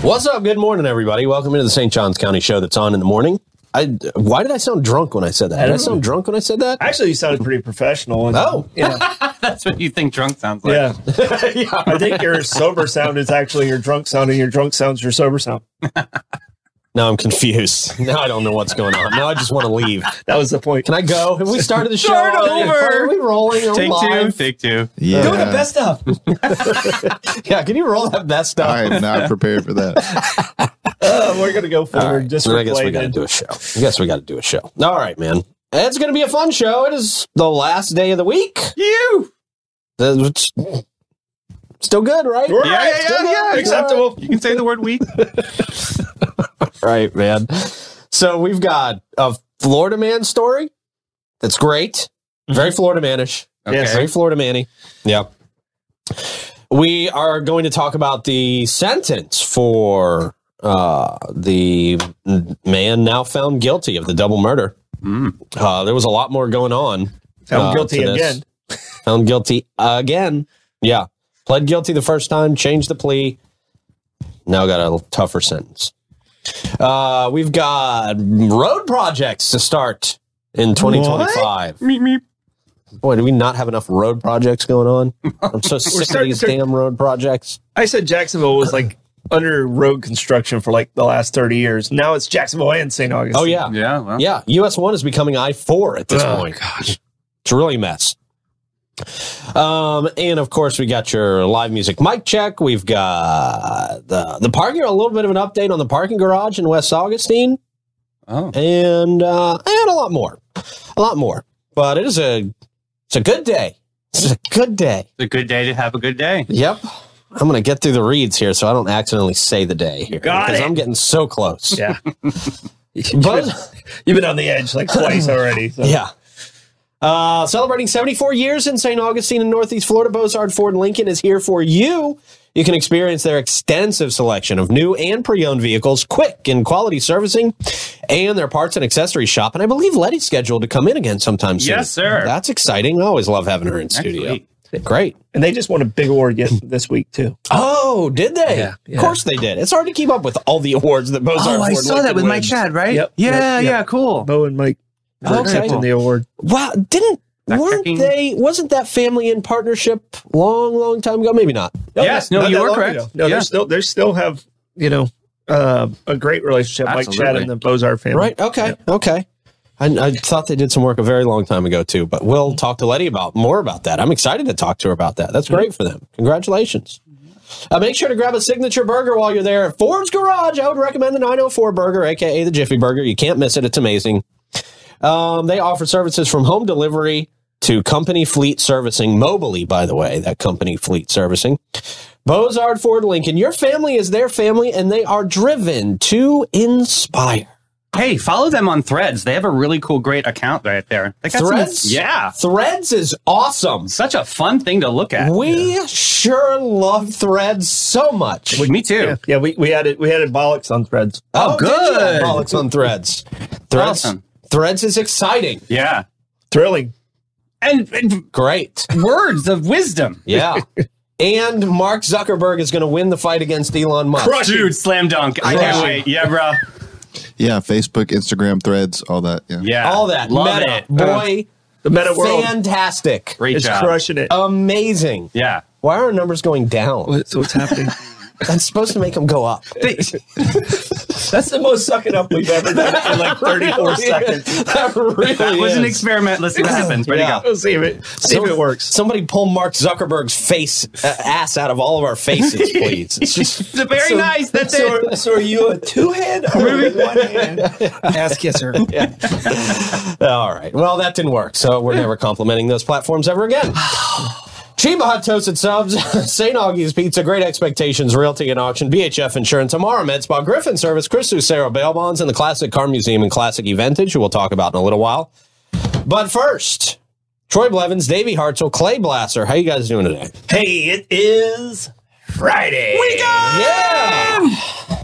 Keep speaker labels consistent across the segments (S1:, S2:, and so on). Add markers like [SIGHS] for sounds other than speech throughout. S1: What's up? Good morning, everybody. Welcome into the St. Johns County show that's on in the morning. I why did I sound drunk when I said that? Did I sound drunk when I said that?
S2: Actually, you sounded pretty professional. And,
S1: Oh.
S2: yeah,
S3: That's what you think drunk sounds
S2: [LAUGHS]
S3: like.
S2: yeah. I think your sober sound is actually your drunk sound, and your drunk sound's your sober sound.
S1: Now I'm confused. [LAUGHS] Now I don't know what's going on. Now I just want to leave.
S2: That was the point.
S1: Can I go? Have we started the show?
S3: Start
S1: already?
S3: over.
S1: Are we rolling? Are we
S3: Take
S1: live?
S3: two. Take two.
S4: Yeah.
S2: Do the best of.
S1: Yeah, can you roll that best up?
S4: I am not prepared
S2: [LAUGHS]
S4: for that.
S2: Uh, we're gonna go forward. Just
S1: I guess we got to
S2: related.
S1: do a show. I guess we got to do a show. All right, man. It's going to be a fun show. It is the last day of the week.
S3: You.
S1: The- it's- Still good, right?
S2: We're
S3: Yeah, yeah,
S2: still
S3: yeah,
S2: good,
S3: yeah.
S2: acceptable.
S3: You can say the word [LAUGHS] weak.
S1: Right, man. So we've got a Florida man story that's great. Very Florida manish.
S2: Yes.
S1: Very Florida manny. Yep. We are going to talk about the sentence for uh, the man now found guilty of the double murder.
S3: Mm.
S1: Uh, there was a lot more going on.
S2: Found
S1: uh,
S2: guilty
S1: to this.
S2: again.
S1: [LAUGHS] Found guilty again. Yeah. Pled guilty the first time, changed the plea. Now got a tougher sentence. Uh, we've got road projects to start in 2025.
S3: Meep, meep.
S1: Boy, do we not have enough road projects going on? I'm
S2: [LAUGHS]
S1: so sick of
S2: starting
S1: these
S2: to-
S1: damn road projects.
S2: I said Jacksonville was like under road construction for like the last thirty years. Now it's Jacksonville and St. Augustine.
S1: Oh, yeah.
S3: Yeah. Well.
S1: Yeah, US one is becoming I four at this
S2: Oh,
S1: point. It's really a mess. Um, and of course we got your live music mic check. We've got the the parking a little bit of an update on the parking garage in West Augustine
S3: Oh.
S1: and uh and a lot more. A lot more. But it is a it's a good day. It's a good day.
S3: It's a good day to have a good day.
S1: Yep. I'm gonna get through the reads here so I don't accidentally say the day here.
S2: got
S1: because
S2: it.
S1: I'm getting so
S2: [LAUGHS]
S1: close.
S2: Yeah.
S1: But
S2: You've been on the edge like twice already. So.
S1: Yeah. Uh, celebrating 74 years in St. Augustine in Northeast Florida, Bozard Ford Lincoln is here for you. You can experience their extensive selection of new and pre owned vehicles, quick and quality servicing, and their parts and accessory shop. And I believe Letty's scheduled to come in again sometime soon.
S3: Yes, sir.
S1: That's exciting. I always love having her in studio.
S3: week.
S1: Great.
S2: And they just won a big award yes- this week too.
S1: Oh, did they?
S2: Yeah, yeah.
S1: Of course they did. It's hard to keep up with all the awards that
S3: Oh,
S1: Bozard Ford Lincoln wins.
S3: Chad, right?
S2: Yep,
S3: Yeah.
S2: yep, yep.
S3: Yeah. Cool.
S2: Bo and Mike were
S1: Okay.
S2: accepting the award.
S1: Wow, didn't
S3: Backpacking.
S1: weren't they? Wasn't that family in partnership long, long time ago? Maybe not.
S3: Yes, no,
S2: not
S3: you
S2: that
S3: are
S2: long
S3: correct.
S2: ago. No,
S3: Yeah.
S2: they still they still have you know uh, a great relationship, like Chad
S3: Absolutely.
S2: and the Bozar family.
S1: Right? Okay. Okay. I, I thought they did some work a very long time ago too, but we'll talk to Letty about more about that. I'm excited to talk to her about that. That's great for them. Congratulations. Uh, make sure to grab a signature burger while you're there at Ford's Garage. I would recommend the 904 burger, aka the Jiffy Burger. You can't miss it. It's amazing. Um, they offer services from home delivery to company fleet servicing, mobily, by the way, that company fleet servicing. Bozard Ford Lincoln, your family is their family, and they are driven to inspire.
S3: Hey, follow them on Threads. They have a really cool, great account right there. They got some-
S1: Threads?
S3: yeah.
S1: Threads is awesome.
S3: Such a fun thing to look at.
S1: We sure love threads so much.
S3: Me too.
S2: Yeah, yeah. We we added we added bollocks on threads.
S1: oh, did you have
S3: good.
S1: Bollocks on threads. Threads.
S3: Awesome.
S1: Threads is exciting.
S3: Yeah.
S2: Thrilling.
S3: And, and
S1: Great.
S3: words of wisdom.
S1: Yeah.
S3: [LAUGHS]
S1: and Mark Zuckerberg is going to win the fight against Elon Musk.
S3: Dude, slam dunk. I
S1: Crushing.
S3: can't wait. Yeah, bro.
S4: Yeah, Facebook, Instagram, threads, all that. Yeah.
S3: Yeah.
S1: All that.
S3: Love
S1: Meta.
S3: it. Uh,
S1: Boy,
S2: The meta world
S1: fantastic.
S3: Great
S2: is
S3: job. Oh.
S2: crushing it.
S1: Amazing.
S3: Yeah.
S1: Why are our numbers going down?
S2: What- so what's happening?
S1: That's supposed to make them go
S3: [LAUGHS]
S1: up. [LAUGHS]
S2: That's the most sucking up we've ever done in
S3: [LAUGHS]
S2: like 34 seconds.
S1: that really
S3: That was an
S1: is.
S3: experiment. Let's see what happens. Ready
S1: Yeah.
S3: to go.
S2: Let's see if it see if
S1: Some-
S2: it works.
S1: Somebody pull Mark Zuckerberg's face uh, ass out of all of our
S2: [LAUGHS]
S1: faces, please. It's just
S3: It's very nice. That's it.
S2: So, so are you a two hand or a one hand?
S1: ass kisser. all right. Well, that didn't work, so we're never complimenting those platforms ever again. [SIGHS] Chiba Hot Toasted Subs, [LAUGHS] St. Augie's Pizza, Great Expectations, Realty and Auction, BHF Insurance, Amara Med Spa, Griffin Service, Chris Lucero, Bail Bonds, and the Classic Car Museum and Classic Eventage, who we'll talk about in a little while. But first, Troy Blevins, Davey Hartzell, Clay Blasser. How you guys doing today?
S2: Hey, it is Friday. We go.
S1: Yeah. Ah.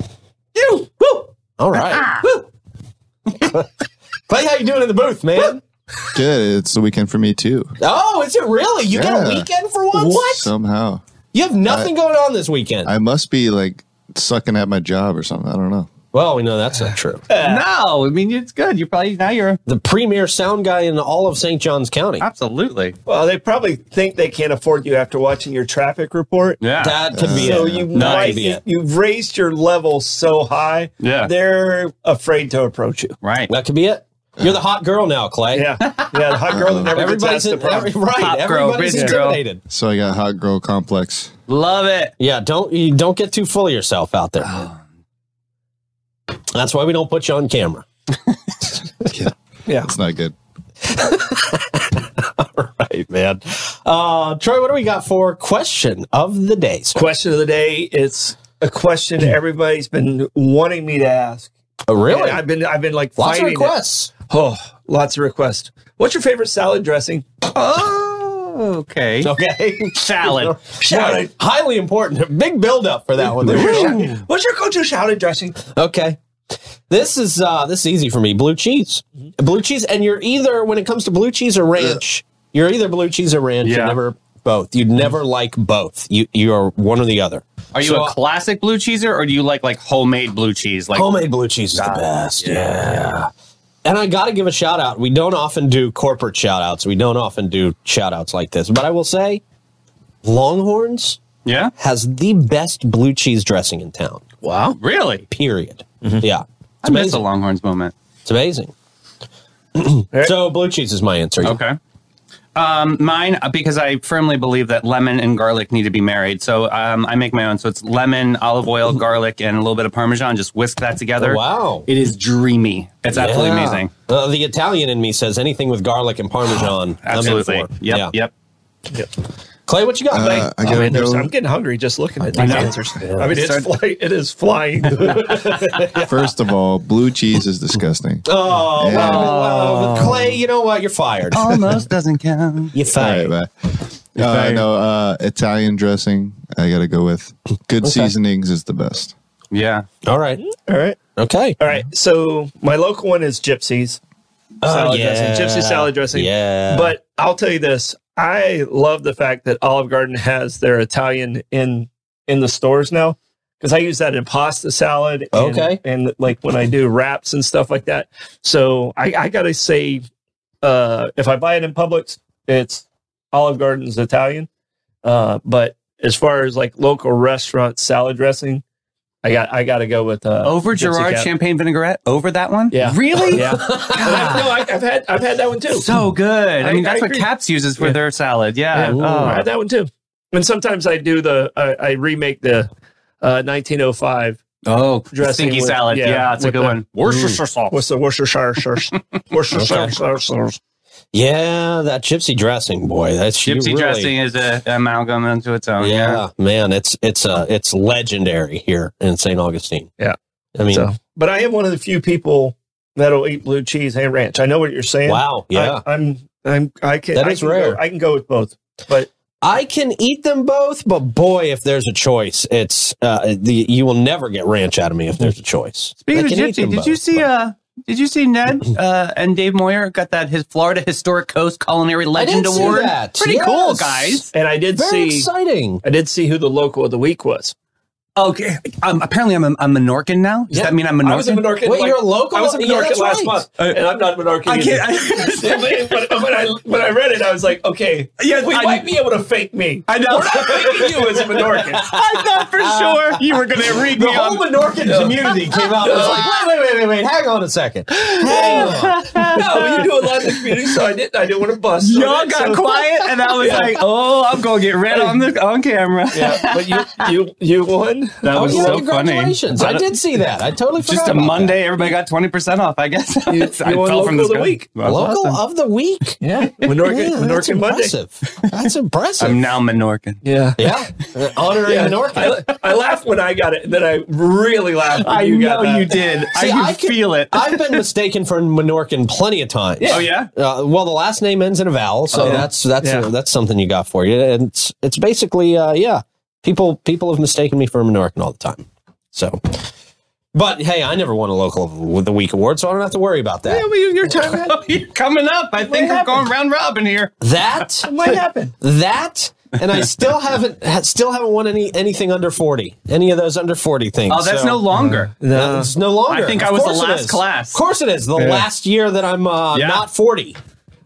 S2: You. Woo.
S1: All right.
S2: Woo.
S1: Clay, how you doing in the booth, man?
S4: Good. It's the weekend for me too.
S1: Oh, is it really? You got a
S4: Yeah.
S1: weekend for once?
S4: Somehow.
S1: You have nothing going on this weekend.
S4: I must be like sucking at my job or something. I don't know.
S1: Well, we know that's not true.
S3: No, I mean it's good. You're probably now you're
S1: Uh, The premier sound guy in all of St. John's County.
S3: Ah. absolutely.
S2: Well, they probably think they can't afford you after watching your traffic report.
S3: Yeah.
S1: That could be
S2: So
S1: it.
S2: you
S1: That
S2: might,
S1: could be it.
S2: you've raised your level so high,
S3: Yeah.
S2: they're afraid to approach you.
S3: right.
S1: That could be it. You're the hot girl now, Clay.
S2: Yeah, yeah, the hot girl that never
S1: Everybody's
S2: gets asked
S1: in,
S2: to prom.
S1: every, right.
S3: Hot girl,
S1: everybody's
S3: bitch girl.
S1: intimidated.
S4: So I got hot girl complex.
S3: Love it.
S1: Yeah, don't you don't get too full of yourself out there. That's why we don't put you on camera.
S4: Yeah,
S2: Yeah,
S4: it's not good.
S1: Right, man. Uh, Troy, what do we got for question of the day? sir?
S2: question of the day. It's a question everybody's been wanting me to ask.
S1: Oh, really?
S2: And I've been, I've been like
S1: Lots of
S2: fighting it.
S1: requests.
S2: Oh, lots of requests. What's your favorite salad dressing?
S3: Oh, okay.
S1: Okay.
S3: Salad.
S1: Right. Highly important. Big buildup for that one. there. Ooh.
S2: What's your go-to salad dressing?
S1: okay. This is uh, this is easy for me. Blue cheese. Blue cheese, and you're either when it comes to blue cheese or ranch, you're either blue cheese or ranch. You're
S3: Yeah.
S1: never both. You never like both. You you are one or the other.
S3: Are you
S1: So-
S3: a classic blue cheeser or do you like like homemade blue cheese? Like
S1: Homemade blue cheese is the best. Yeah. And I got to give a shout out. We don't often do corporate shout outs. We don't often do shout outs like this. But I will say, Longhorns
S3: Yeah.
S1: has the best blue cheese dressing in town,
S2: Wow.
S3: Really?
S1: period. Yeah. It's
S3: Mm-hmm. I missed the
S1: amazing.
S3: Longhorns moment.
S1: It's
S3: [CLEARS THROAT]
S1: amazing.
S2: right.
S1: so, blue cheese is my answer. yeah.
S3: Okay. Um, mine uh, because I firmly believe that lemon and garlic need to be married. So um, I make my own. So it's lemon, olive oil, garlic, and a little bit of parmesan. Just whisk that together.
S1: Oh, Wow.
S3: It is dreamy. It's absolutely
S1: Yeah.
S3: amazing.
S1: Uh, the Italian in me says anything with garlic and
S3: [SIGHS]
S1: parmesan. I'm in
S3: Absolutely.
S1: for.
S3: Yep. Yep.
S1: Clay, what you got, buddy?
S4: Uh, I
S2: oh, I
S4: gotta
S2: mean, there's, [LAUGHS]
S4: go.
S2: I'm getting hungry just looking at these
S3: know.
S2: answers. I mean, it's fly, it is [LAUGHS] flying.
S4: First of all, blue cheese is
S2: [LAUGHS]
S4: disgusting.
S1: Oh,
S4: Yeah.
S1: well, uh, Clay, you know what? You're fired.
S3: Almost doesn't count.
S1: You're
S4: All
S1: fired.
S4: right, bye. Uh, no, uh, Italian dressing. I gotta go with good seasonings is the best.
S3: [LAUGHS] Yeah.
S1: All right.
S2: All right.
S1: Okay.
S2: All right. So my local one is Gypsies.
S1: Oh,
S2: salad dressing. Gypsy salad dressing.
S1: Yeah.
S2: But I'll tell you this. I love the fact that Olive Garden has their Italian in in the stores now. Because I use that in pasta salad. and-
S1: Okay.
S2: And like when I do wraps and stuff like that. So I, I gotta say, uh, if I buy it in Publix, it's Olive Garden's Italian. Uh, but as far as like local restaurant salad dressing, I got I gotta go with uh,
S3: Over
S2: Gypsy
S3: Gerard
S2: Cat.
S3: champagne vinaigrette. Over that one.
S2: Yeah.
S3: Really?
S2: [LAUGHS] Yeah. And I've, no, I, I've had I've had that one too.
S3: So good. I,
S2: I-
S3: mean,
S2: I
S3: that's what
S2: agree.
S3: Caps uses for
S2: Yeah.
S3: their salad.
S2: yeah,
S3: Yeah.
S2: I had
S3: Oh.
S2: that one too. And sometimes I do the I, I remake the uh, 1905.
S3: Oh,
S2: Dressing
S3: stinky
S2: with-
S3: salad.
S2: yeah,
S3: Yeah, it's a
S2: with
S3: good
S2: the-
S3: one. Worcestershire sauce.
S2: What's the Worcestershire sauce? Worcestershire sauce.
S1: yeah, that gypsy dressing, boy. That's you
S3: Gypsy
S1: really-
S3: dressing is a amalgam into its own. Yeah.
S1: Yeah, man, it's it's uh it's legendary here in St. Augustine.
S2: Yeah.
S1: I mean,
S2: So, but I am one of the few people that'll eat blue cheese and ranch. I know what you're saying.
S1: wow, yeah.
S2: I, am I'm I can
S1: That
S2: I
S1: is
S2: can
S1: rare.
S2: Go, I can go with both. But
S1: I can eat them both, but boy, if there's a choice, it's uh the you will never get ranch out of me if there's a choice.
S3: Speaking
S1: I
S3: of
S1: can eat
S3: Gypsy,
S1: them
S3: did you
S1: both,
S3: see?
S1: but-
S3: Uh, did you see Ned
S1: [CLEARS THROAT]
S3: uh, and Dave Moyer got that his Florida Historic Coast Culinary Legend
S1: did see
S3: Award?
S1: that.
S3: Pretty
S1: Yes.
S3: cool, guys.
S2: and I did
S1: very
S2: uh, see
S1: exciting.
S2: I did see who the local of the week was.
S3: Okay, um, apparently I'm a, a Menorcan now. Does
S1: Yeah.
S3: that mean I'm Menorcan?
S2: I was a Menorcan.
S1: Wait,
S2: like-
S1: you're a local?
S2: I was a
S1: Yeah,
S2: Menorcan
S1: that's
S2: last
S1: right.
S2: month, and I'm not a Menorcan.
S3: I
S2: either.
S3: can't. I, [LAUGHS]
S2: but, [LAUGHS] but, but I, when I read it, I was like, okay,
S3: Yeah,
S2: we
S3: I-
S2: might be able to fake me.
S3: I know.
S2: We're not faking you as a Menorcan.
S3: [LAUGHS] I thought for sure you were going to read
S1: Uh, The
S3: me
S1: whole
S3: on.
S1: Menorcan community came out and was like, wait, wait, wait, wait, wait,
S3: [LAUGHS]
S1: hang on a second. Hang on.
S2: No, you do a lot in the community, so I didn't. I didn't want to bust. on
S3: Y'all
S2: it,
S3: got
S2: so-
S3: quiet, and I was like, "Oh, I'm gonna get red on the on camera."
S2: [LAUGHS]
S1: [LAUGHS]
S2: Yeah, but you, you, you won.
S3: That was
S1: yeah,
S3: so funny.
S1: congratulations. I did see that. I totally forgot.
S3: Just a
S1: about
S3: Monday, everybody got twenty percent off. I guess [LAUGHS]
S2: You-
S3: I
S2: you won local of the
S3: sky.
S2: week.
S1: that.
S3: That's
S1: Local
S3: awesome.
S1: of the week. [LAUGHS]
S2: Yeah,
S1: Yeah,
S2: Menorcan,
S1: that's
S2: Menorcan Monday.
S1: impressive. That's impressive.
S3: I'm now Menorcan.
S2: Yeah.
S1: [LAUGHS]
S3: [LAUGHS]
S1: yeah. Honoring
S2: Yeah.
S1: Menorca.
S2: I, I laughed when I got it, and then I really laughed when
S3: I
S2: you got
S3: know
S2: that.
S3: you did. I
S1: See,
S3: can
S1: I can-
S3: feel it.
S1: I've been mistaken for Menorcan plenty of times.
S3: Oh yeah.
S1: Uh, well, the last name ends in a vowel, so
S2: Oh.
S1: that's that's
S2: Yeah.
S1: that's something you got for you. And it's it's basically uh, yeah, people people have mistaken me for a Menorcan all the time. So, but hey, I never won a local of the week award, so I don't have to worry about that.
S2: Yeah, well, you-
S3: [LAUGHS]
S2: your
S3: Oh,
S2: time had-
S3: Coming up, I think we're going round robin here.
S1: That
S2: might happen.
S1: that and I
S2: [LAUGHS]
S1: still haven't ha- still haven't won any anything under forty. Any of those under forty things.
S3: Oh, that's
S1: So-
S3: no
S2: uh,
S3: longer.
S1: No, it's no longer.
S3: I think
S1: Of
S3: I was the
S1: course it
S3: last
S1: is.
S3: class.
S1: Of course it is. The
S2: Yeah.
S1: last year that I'm uh,
S3: Yeah.
S1: not forty.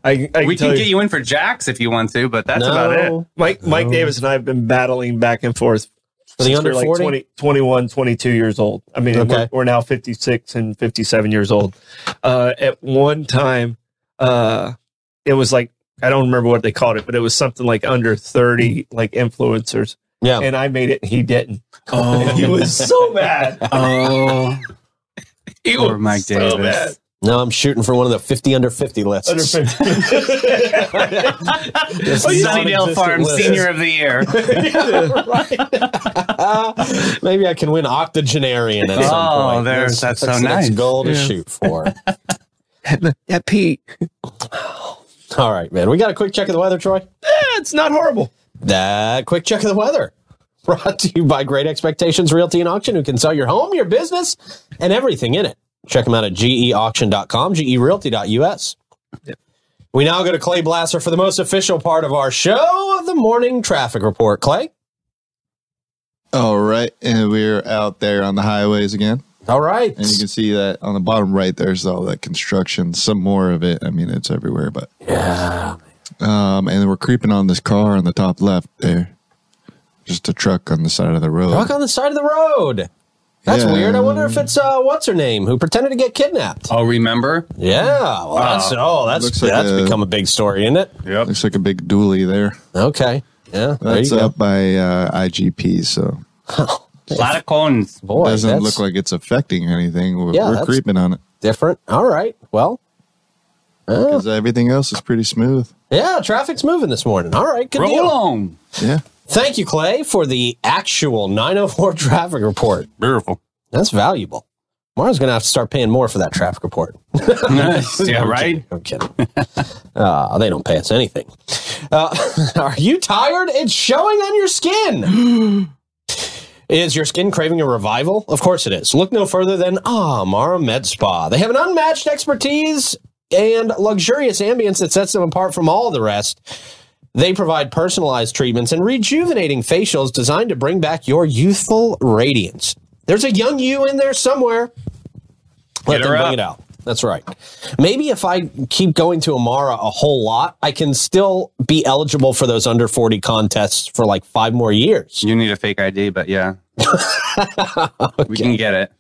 S2: I, I can
S3: we
S2: tell
S3: can get you in for jacks if you want to, but that's
S1: No.
S3: about
S2: [LAUGHS]
S3: it.
S2: Mike, Mike Davis and I have been battling back and forth
S1: For the
S2: since
S1: under
S2: we're like
S1: 40?
S2: 20, 21, 22 years old. I mean,
S1: Okay.
S2: we're, we're now 56 and 57 years old. Uh, at one time, uh, it was like, I don't remember what they called it, but it was something like under 30, like influencers.
S1: Yeah.
S2: And I made it and he didn't. [LAUGHS]
S3: Oh, [LAUGHS]
S2: He
S1: [LAUGHS]
S2: was so mad.
S3: oh,
S2: He
S3: Poor
S2: was
S3: Mike
S2: so
S3: Davis.
S2: mad.
S1: No, I'm shooting for one of the 50 under 50 lists.
S2: Under
S1: [LAUGHS]
S2: 50.
S3: Oh,
S1: This is non-existent
S3: Sunnydale Farm
S1: list.
S3: Senior of the Year.
S1: Ah, [LAUGHS] maybe I can win octogenarian at some
S3: Oh,
S1: point.
S3: there- that's so
S1: the next
S3: nice.
S1: goal to
S2: Yeah.
S1: shoot for.
S2: yeah, Pete.
S1: All right, man. We got a quick check of the weather, Troy.
S2: It's not horrible.
S1: That quick check of the weather. [LAUGHS] Brought to you by Great Expectations Realty and Auction, who can sell your home, your business, and everything in it. Check them out at geauction.com, gerealty.us. We now go to Clay Blaster for the most official part of our show, the morning traffic report. Clay?
S4: All right, and we're out there on the highways again,
S1: All right.
S4: and you can see that on the bottom right. There's all that construction, some more of it. I mean, it's everywhere, but
S1: Yeah.
S4: um, and we're creeping on this car on the top left there, just a truck on the side of the road.
S1: Rock on the side of the road. That's
S4: Yeah.
S1: weird. I wonder if it's uh, what's her name who pretended to get kidnapped.
S3: Oh, remember?
S1: Yeah, well, that's oh, that's
S4: Looks like
S1: that's
S4: a-
S1: become a big story, isn't it?
S4: Looks like a big dually there.
S1: Okay, yeah, there
S4: That's
S1: you go.
S4: up by uh, IGP, so
S3: A lot of cones.
S1: Boy,
S4: doesn't
S1: that's
S4: look like it's affecting anything. We're,
S1: Yeah,
S4: we're
S1: that's-
S4: creeping on it
S1: different. All right, well, uh,
S4: because everything else is pretty smooth.
S1: yeah, traffic's moving this morning. All right, good deal.
S3: Roll on.
S4: Yeah.
S1: Thank you, Clay, for the actual 904 [LAUGHS] traffic report.
S3: [LAUGHS] Beautiful.
S1: That's valuable. Mara's gonna have to start paying more for that traffic report.
S3: yeah,
S2: [LAUGHS]
S1: I'm
S3: right?
S1: kidding. I'm kidding. [LAUGHS] uh, they don't pay us anything. Uh, [LAUGHS] are you tired? It's showing on your skin. [GASPS] Is your skin craving a revival? Of course it is. Look no further than Ah Mara Med Spa. They have an unmatched expertise and luxurious ambience that sets them apart from all the rest. They provide personalized treatments and rejuvenating facials designed to bring back your youthful radiance. There's a young you in there somewhere. Let them
S3: Get her
S1: bring
S3: up.
S1: it out. That's right. Maybe if I keep going to Amara a whole lot, I can still be eligible for those under 40 contests for like five more years.
S3: You need a fake ID,
S1: [LAUGHS]
S3: but yeah. We can get it.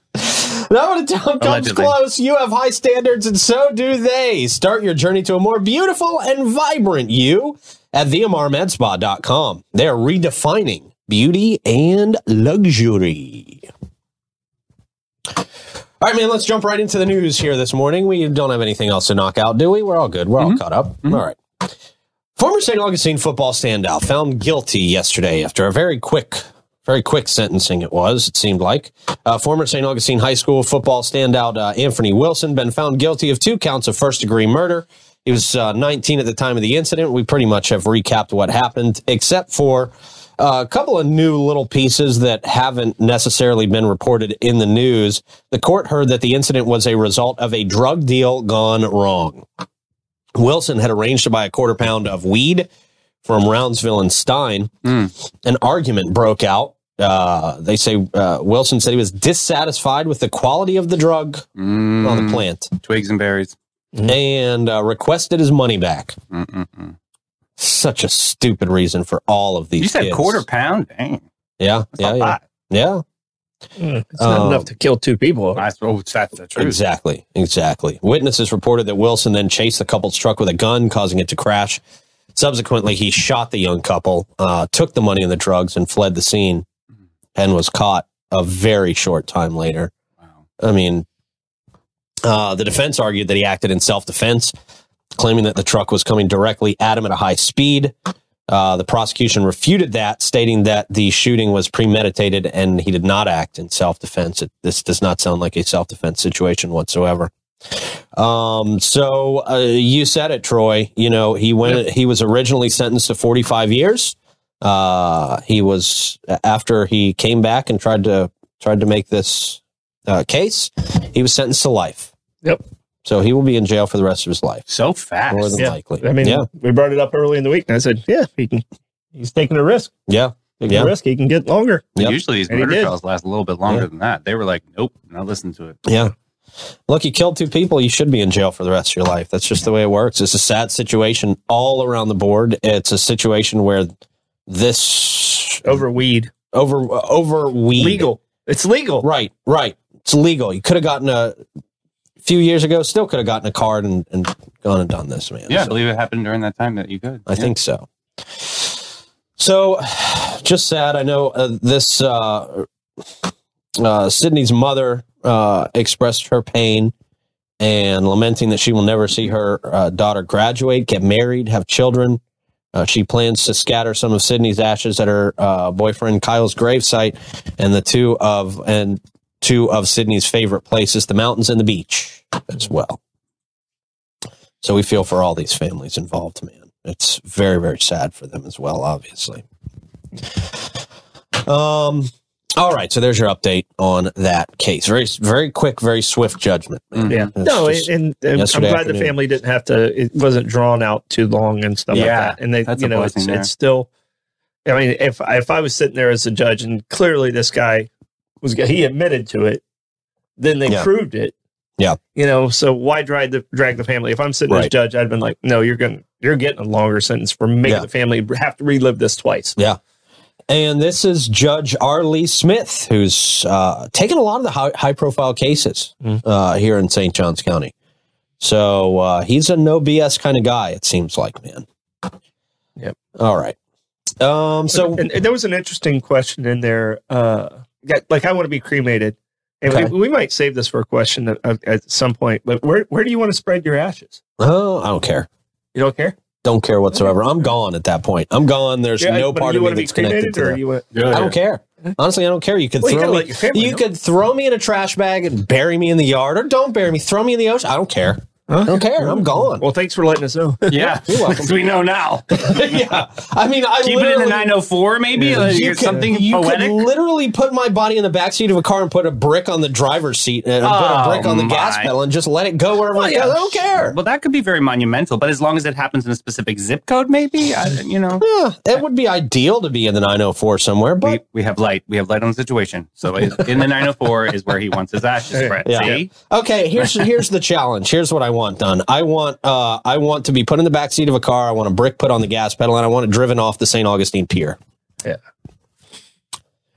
S1: Now when a town comes
S3: Allegedly.
S1: close, you have high standards, and so do they. Start your journey to a more beautiful and vibrant you at theamarmedspa.com. They are redefining beauty and luxury. All right, man, let's jump right into the news here this morning. We don't have anything else to knock out, do we? We're all good. We're all caught up. All right. Former St. Augustine football standout found guilty yesterday after a very quick, very quick sentencing it was, it seemed like. Uh, former St. Augustine High School football standout uh, Anthony Wilson been found guilty of two counts of first degree murder. He was uh, 19 at the time of the incident. We pretty much have recapped what happened, except for uh, a couple of new little pieces that haven't necessarily been reported in the news. The court heard that the incident was a result of a drug deal gone wrong. Wilson had arranged to buy a quarter pound of weed from Roundsville and Stein.
S3: Hmm.
S1: An argument broke out. Uh, they say uh, Wilson said he was dissatisfied with the quality of the drug on the
S3: Mm,
S1: plant
S3: twigs and berries.
S1: and uh, requested his money back.
S3: Mm-mm-mm.
S1: Such a stupid reason for all of these.
S3: You said
S1: kids.
S3: quarter pound? Dang.
S1: Yeah, yeah,
S3: a
S1: yeah,
S3: lot.
S1: yeah.
S2: It's not
S1: Um,
S2: enough to kill two people.
S3: That's, oh, that's the truth.
S1: Exactly, exactly. Witnesses reported that Wilson then chased the couple's truck with a gun, causing it to crash. Subsequently, he shot the young couple, uh, took the money and the drugs, and fled the scene, and was caught a very short time later.
S3: Wow.
S1: I mean, uh, the defense argued that he acted in self defense, claiming that the truck was coming directly at him at a high speed. Uh, the prosecution refuted that, stating that the shooting was premeditated and he did not act in self defense. This does not sound like a self defense situation whatsoever. Um, so uh, you said it, Troy. You know, he went. He was originally sentenced to 45 years. Uh, he was after he came back and tried to tried to make this uh, case. He was sentenced to life.
S2: Yep.
S1: So he will be in jail for the rest of his life,
S3: So
S1: more than
S3: fast.
S2: Yeah.
S1: likely.
S2: I mean,
S1: yeah,
S2: we brought it up early in the week, and I said, "Yeah, he can he's taking a risk.
S1: Yeah.
S2: Taking
S1: Yeah.
S2: a risk, he can get longer.
S1: Yep.
S3: Usually these
S2: And he
S3: murder
S2: did.
S3: trials last a little bit longer than that. They were like, nope, not listen to it.
S1: Yeah. Look, you killed two people, you should be in jail for the rest of your life. That's just the way it works. It's a sad situation all around the board. It's a situation where this
S2: Over weed,
S1: over over weed.
S2: legal. It's legal.
S1: Right, right. It's legal. You could have gotten a few years ago, still could have gotten a card and, and gone and done this, man.
S3: Yeah, I
S1: So,
S3: believe it happened during that time that you could.
S1: I think so. So, just sad. I know uh, this uh, uh, Sydney's mother uh, expressed her pain and lamenting that she will never see her uh, daughter graduate, get married, have children. Uh, she plans to scatter some of Sydney's ashes at her uh, boyfriend Kyle's gravesite, and the two of and two of Sydney's favorite places, the mountains and the beach, as well. So we feel for all these families involved, man. It's very, very sad for them as well, obviously. Um, all right, so there's your update on that case. Very, very quick, very swift judgment.
S3: Mm-hmm.
S1: man.
S2: Yeah.
S1: That's
S2: no,
S1: just-
S2: and, and I'm
S1: yesterday
S2: glad the
S1: afternoon.
S2: family didn't have to. It wasn't drawn out too long and stuff
S3: Yeah,
S2: like that. And they,
S3: that's
S2: you
S3: a
S2: know,
S3: blessing
S2: it's,
S3: there.
S2: it's still. I mean, if if I was sitting there as a judge and clearly this guy was he admitted to it, then they
S1: Yeah.
S2: proved it.
S1: Yeah.
S2: You know, so why drag the drag the family? If I'm sitting as
S1: Right.
S2: judge, I'd been like, no, you're going you're getting a longer sentence for making
S1: Yeah.
S2: the family have to relive this twice.
S1: And this is Judge R. Lee Smith, who's uh, taken a lot of the high, high profile cases
S2: Mm.
S1: uh, here in St. John's County. So uh, he's a no BS kind of guy, it seems like, man.
S2: Yep.
S1: All right. Um,
S2: [LAUGHS]
S1: so,
S2: and, and there was an interesting question in there. Uh, yeah, like I want to be cremated, and
S1: Okay.
S2: we, we might save this for a question at- at, at some point. But where where do you want to spread your ashes?
S1: oh, I don't care.
S2: You don't care.
S1: Don't care whatsoever. I'm gone at that point. I'm gone. There's
S2: Yeah,
S1: no
S2: but
S1: part
S2: you
S1: of me
S2: wanna be
S1: that's connected
S2: cremated,
S1: to
S2: or
S1: that.
S2: you want,
S1: I don't care. Honestly, I don't care. You could
S2: Well, you
S1: throw
S2: gotta
S1: me.
S2: let your family
S1: you
S2: know.
S1: could throw me in a trash bag and bury me in the yard, or don't bury me. Throw me in the ocean. I don't care. I don't care.
S2: Mm-hmm.
S1: I'm gone.
S2: Well, thanks for letting us know.
S3: Yeah.
S1: [LAUGHS] You're
S3: [LAUGHS]
S1: welcome.
S3: As we know
S1: [LAUGHS]
S3: now.
S1: yeah, I mean, I
S3: Keep it in
S1: literally,
S3: the 904, maybe? Like,
S1: you could-
S3: something
S1: you could
S3: poetic?
S1: literally put my body in the backseat of a car and put a brick on the driver's seat and put a
S3: Oh,
S1: brick on the gas
S3: my.
S1: pedal and just let it go wherever
S3: Well,
S1: it goes.
S3: yeah.
S1: I don't care.
S3: Well, that could be very monumental, but as long as it happens in a specific zip code, maybe, I, you know.
S1: Yeah, it would be ideal to be in the 904 somewhere,
S3: We,
S1: but
S3: we have light. We have light on the situation. So in the 904 is where he wants his ashes spread.
S1: Yeah.
S3: See?
S1: okay.
S3: [LAUGHS]
S1: Here's here's the challenge. Here's what I want done. I want uh I want to be put in the backseat of a car. I want a brick put on the gas pedal, and I want it driven off the St. Augustine Pier.
S2: Yeah.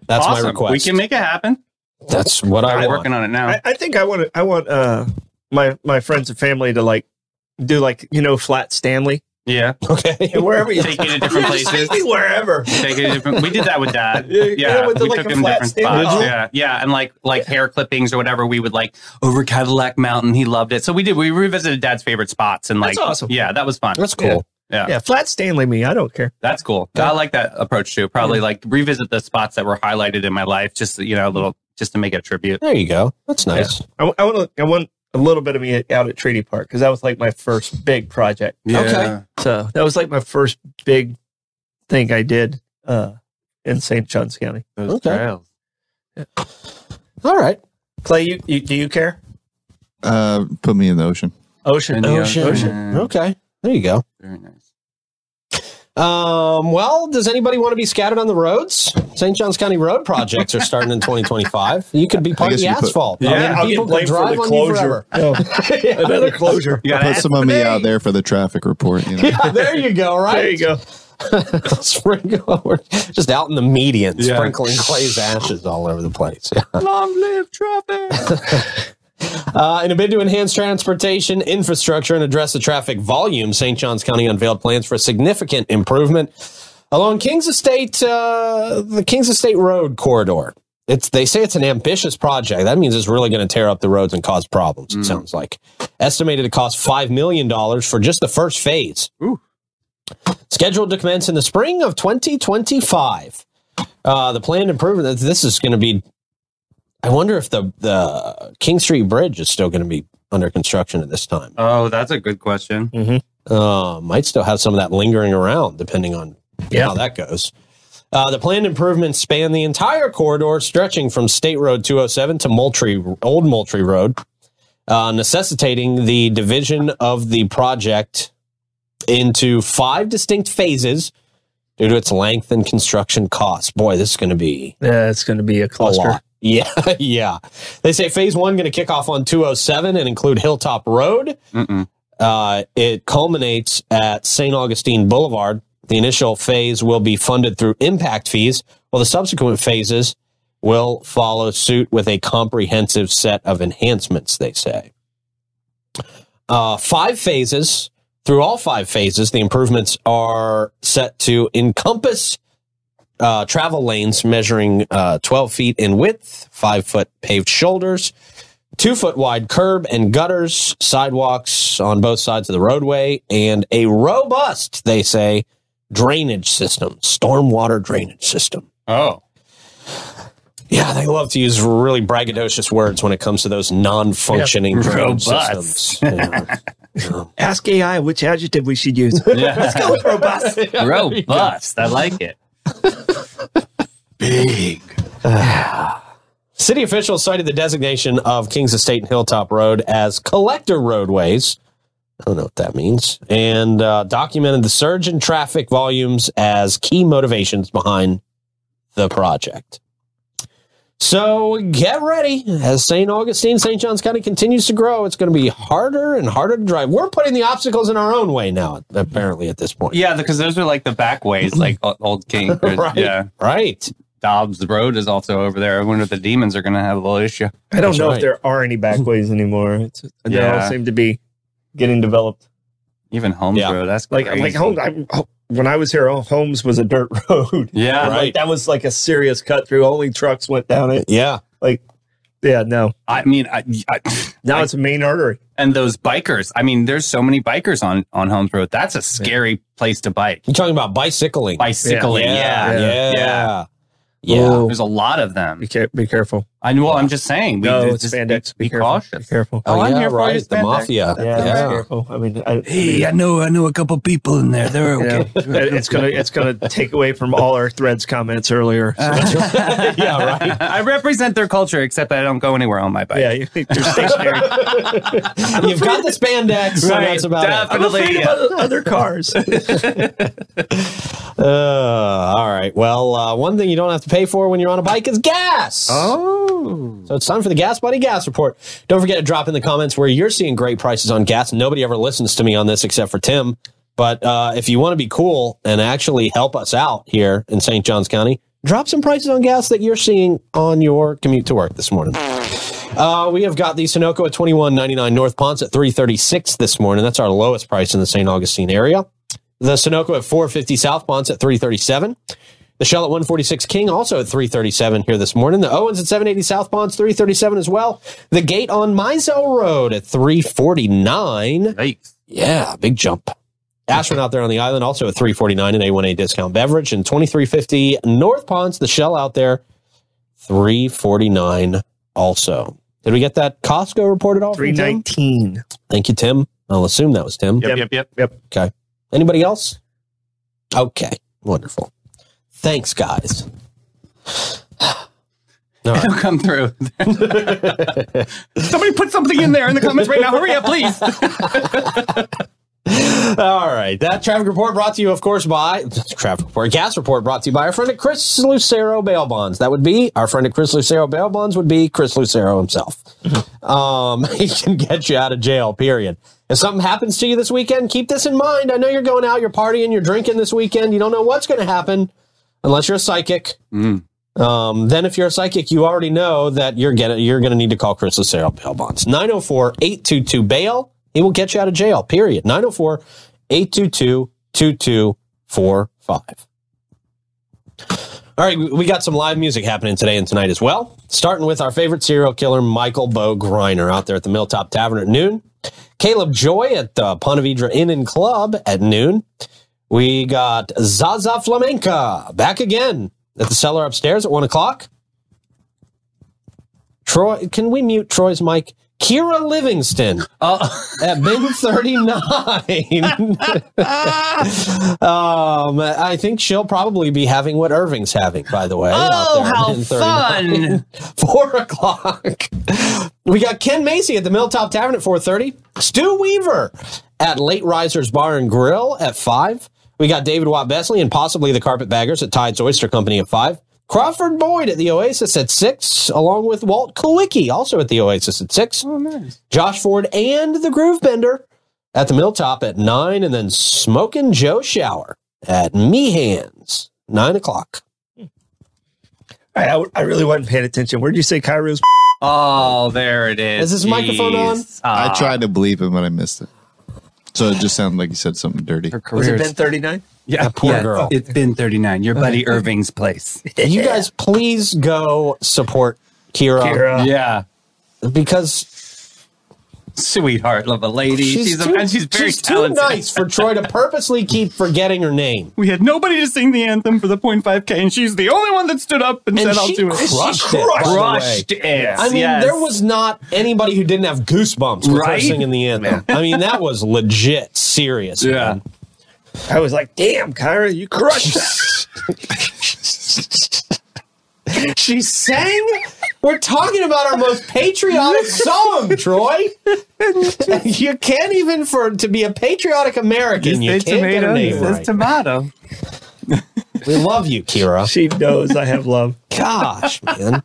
S1: that's
S3: awesome.
S1: my request.
S3: We can make it happen.
S1: that's what I
S3: I'm
S1: want.
S3: working on it now.
S2: I, I think I want to, I want uh my my friends and family to like do like you know flat Stanley
S3: yeah.
S1: okay.
S2: and
S1: [LAUGHS]
S2: wherever you
S3: Take [LAUGHS] it to different
S2: Yeah, just
S3: places.
S2: take me wherever.
S3: Take it to different. We did that with dad.
S2: Yeah,
S3: Yeah,
S2: yeah, with the,
S3: we
S2: like,
S3: took
S2: a
S3: him to
S2: flat
S3: different
S2: stand.
S3: spots.
S2: Did you?
S3: Yeah, yeah, and like like hair clippings or whatever. We would like over Cadillac Mountain. He loved it. So we did. We revisited dad's favorite spots and like
S2: That's awesome.
S3: Yeah, that was fun.
S1: That's cool.
S3: Yeah,
S2: Yeah, flat Stanley me. I don't care.
S3: that's cool. I like that approach too. Probably like revisit the spots that were highlighted in my life. Just you know, a little just to make a tribute.
S1: There you go. That's nice.
S2: I, wa- I want to, I want a little bit of me out at Treaty Park because that was like my first big project.
S1: Okay.
S2: So that was like my first big thing I did uh, in St. John's County.
S3: Those
S1: Okay.
S3: trails.
S1: All right.
S2: Clay, you, you do you care?
S4: Uh, put me in the ocean.
S2: Ocean,
S3: And the
S2: ocean,
S3: uh, ocean.
S2: ocean.
S1: Okay. There you go.
S3: Very nice.
S1: Um, well, does anybody want to be scattered on the roads? St. Johns County road projects are starting in 2025. You could be part of
S4: guess
S1: the
S4: we put-
S1: asphalt. I mean,
S2: I'll
S1: people
S2: get
S1: could
S2: blamed for
S1: drive
S2: the
S1: on you
S2: closure. [LAUGHS]
S1: forever.
S2: No. Another closure.
S3: You gotta
S4: Put
S3: ask
S4: some of me
S3: me.
S4: out there for the traffic
S1: [LAUGHS]
S4: report. You know?
S1: Yeah, there you go. Right.
S2: There you go.
S1: [LAUGHS] Sprinkle- [LAUGHS] Just out in the median,
S3: Yeah.
S1: sprinkling Clay's ashes all over the place. Yeah.
S3: Long live traffic.
S1: Uh, in a bid to enhance transportation infrastructure and address the traffic volume, St. Johns County unveiled plans for significant improvement along Kings Estate, uh, the Kings Estate Road corridor. It's they say it's an ambitious project. That means it's really going to tear up the roads and cause problems. It sounds like estimated to cost five million dollars for just the first phase.
S3: Ooh.
S1: Scheduled to commence in the spring of 2025. Uh, the planned improvement. This is going to be I wonder if the the King Street Bridge is still going to be under construction at this time.
S3: oh, that's a good question.
S1: Uh, might still have some of that lingering around, depending on
S2: Yeah.
S1: how that goes. Uh, the planned improvements span the entire corridor, stretching from State Road 207 to Moultrie Old Moultrie Road, uh, necessitating the division of the project into five distinct phases due to its length and construction costs. Boy, this is going to be
S2: Yeah, it's going to be a
S1: a
S2: cluster.
S1: lot. [LAUGHS] Yeah, yeah. They say phase one going to kick off on 207 and include Hilltop Road.
S3: Mm-mm.
S1: Uh, it culminates at St. Augustine Boulevard. The initial phase will be funded through impact fees, while the subsequent phases will follow suit with a comprehensive set of enhancements, they say. Uh, five phases. Through all five phases, the improvements are set to encompass uh, travel lanes measuring uh, 12 feet in width, five foot paved shoulders, two foot wide curb and gutters, sidewalks on both sides of the roadway, and a robust, they say, drainage system, stormwater drainage system.
S3: [LAUGHS] Oh,
S1: Yeah, they love to use really braggadocious words when it comes to those non functioning
S2: Yeah,
S1: drainage
S2: robust.
S1: systems. Yeah. Yeah.
S2: Ask AI which adjective we should use.
S3: yeah.
S2: Go with robust.
S3: robust. I like it. Big.
S1: City officials cited the designation of Kings Estate and Hilltop Road as collector roadways. I don't know what that means. And uh, documented the surge in traffic volumes as key motivations behind the project. So get ready. As St. Augustine, St. John's County continues to grow, it's going to be harder and harder to drive. We're putting the obstacles in our own way now, apparently, at this point.
S3: Yeah, because those are like the back ways, like o- Old [LAUGHS] King. there's-
S1: Right.
S3: Yeah,
S1: Right.
S3: Dobbs Road is also over there. I wonder if the demons are going to have a little issue.
S2: I don't
S1: That's
S2: know
S1: right.
S2: if there are any backways anymore. It's, they
S3: Yeah.
S2: all seem to be getting developed.
S3: Even Holmes
S1: Yeah.
S3: Road. That's
S2: Like
S3: crazy.
S2: like Holmes, I, when I was here, oh, Holmes was a dirt [LAUGHS] road.
S3: Yeah,
S1: Right.
S2: Like that was like a serious cut through. Only trucks went down it.
S1: Yeah.
S2: Yeah, no.
S3: I mean, I, I,
S2: Now it's a main artery.
S3: and those bikers. I mean, there's so many bikers on on Holmes Road. That's a scary place to bike.
S1: You're talking about bicycling.
S3: Bicycling. Yeah,
S1: Yeah. Yeah. Yeah. yeah.
S2: Oh,
S3: There's a lot of them.
S2: be, care- be careful.
S3: I well, I'm just saying.
S2: No,
S3: just-
S2: it's
S3: just
S2: spandex. Be,
S3: Be,
S2: careful. Be
S3: cautious.
S2: careful.
S1: Oh,
S3: I'm
S1: yeah,
S3: here for
S1: right.
S3: you,
S1: The
S3: spandex.
S1: mafia.
S2: Yeah, be
S1: Yeah.
S2: careful. I mean, I,
S5: Hey, I know, I know a couple people in there. They're
S2: Yeah.
S3: [LAUGHS]
S5: okay.
S2: [LAUGHS] It- it's gonna it's gonna take away from all our threads comments earlier.
S1: [LAUGHS]
S2: So-
S1: yeah, right.
S3: I represent their culture, except I don't go anywhere on my bike.
S2: yeah, you- you're stationary.
S1: You've got the spandex. [LAUGHS] So
S3: Right,
S1: that's about it.
S3: definitely. yeah.
S2: Other cars.
S1: Uh, all right. Well, uh, one thing you don't have to pay for when you're on a bike is gas.
S3: Oh,
S1: So it's time for the Gas Buddy Gas Report. Don't forget to drop in the comments where you're seeing great prices on gas. Nobody ever listens to me on this except for Tim. But uh, if you want to be cool and actually help us out here in St. Johns County, drop some prices on gas that you're seeing on your commute to work this morning. Uh, we have got the Sunoco at twenty one ninety nine North Ponce at three thirty six this morning. That's our lowest price in the St. Augustine area. The Sunoco at four fifty South Ponce at three thirty seven. The Shell at 146 King also at 337 here this morning. The Owens at 780 South Ponds 337 as well. The Gate on Mizell Road at 349.
S3: yikes. [LAUGHS]
S1: Yeah, big jump. Ashland out there on the island also at 349 and A1A discount beverage and 2350 North Ponds. The Shell out there 349 also. Did we get that Costco report at all?
S2: Three
S1: from Tim?
S2: nineteen.
S1: Thank you, Tim. I'll assume that was Tim.
S3: Yep, yep, yep.
S1: Anybody else? Okay, wonderful. Thanks, guys.
S3: It'll come through. Somebody put something in there in the comments right now. Hurry up, please.
S1: All right, that traffic report brought to you, of course, by [LAUGHS] traffic report, gas report brought to you by our friend at Chris Lucero Bail Bonds. That would be our friend at Chris Lucero Bail Bonds would be Chris Lucero himself. um, [LAUGHS] he can get you out of jail. Period. If something happens to you this weekend, keep this in mind. I know you're going out, you're partying, you're drinking this weekend. You don't know what's going to happen unless you're a psychic. Um, then if you're a psychic, you already know that you're gonna you're gonna need to call Chris Lucero bail bonds. 904-822 bail. He will get you out of jail. Period. 904-822-2245. All right, we- we got some live music happening today and tonight as well. Starting with our favorite serial killer, Michael Bo Griner, out there at the Milltop Tavern at noon. Caleb Joy at the Ponte Vedra Inn and Club at noon. We got Zaza Flamenca back again at the cellar upstairs at one o'clock. Troy, can we mute Troy's mic? Kira Livingston
S3: Oh.
S1: [LAUGHS] at bin 39.
S3: [LAUGHS]
S1: um, I think she'll probably be having what Irving's having, by the way. [LAUGHS]
S3: Oh, how fun.
S1: Four o'clock. We got Ken Macy at the Milltop Tavern at 4.30. Stu Weaver at Late Risers Bar and Grill at 5. We got David Watt Besley and possibly the Carpetbaggers at Tide's Oyster Company at five. Crawford Boyd at the Oasis at six, along with Walt Kowicki, also at the Oasis at six.
S3: Oh, nice.
S1: Josh Ford and the Groove Bender at the Milltop at nine, and then Smoking Joe Shower at Meehan's nine o'clock.
S2: I, I really wasn't paying attention. Where did you say Cairo's?
S3: [LAUGHS] Oh, there it is. Uh,
S1: Is this microphone on?
S4: I tried to believe him, but I missed it. So it just sounded like you said something dirty.
S3: Her
S2: Was
S3: career.
S2: it Ben 39?
S1: Yeah, poor girl.
S3: It's been 39. Your [LAUGHS] buddy Irving's place.
S1: You guys, please go support Kira,
S2: Kira.
S3: yeah.
S1: because
S3: Sweetheart of a lady.
S1: she's,
S3: She's, a,
S1: too,
S3: and she's very
S1: she's too
S3: talented.
S1: nice
S3: [LAUGHS]
S1: for Troy to purposely keep forgetting her name.
S3: We had nobody to sing the anthem for the 0.5K, and she's the only one that stood up and,
S1: And
S3: said, I'll
S1: she
S3: do it.
S1: crushed it, by the way.
S3: Crushed it.
S1: I mean,
S3: yes.
S1: there was not anybody who didn't have goosebumps with her
S3: Right?
S1: singing the anthem. I mean, that was legit serious.
S3: Yeah.
S2: I was like, damn, Kyra, you crushed that.
S1: She sang. We're talking about our most
S3: [LAUGHS]
S1: patriotic song, Troy. you can't even for to be a patriotic American. You,
S3: Say
S1: can't get her
S3: tomato. He
S1: name
S3: says
S1: right.
S3: tomato.
S1: We love you, Kira.
S2: she knows I have love.
S1: Gosh, man.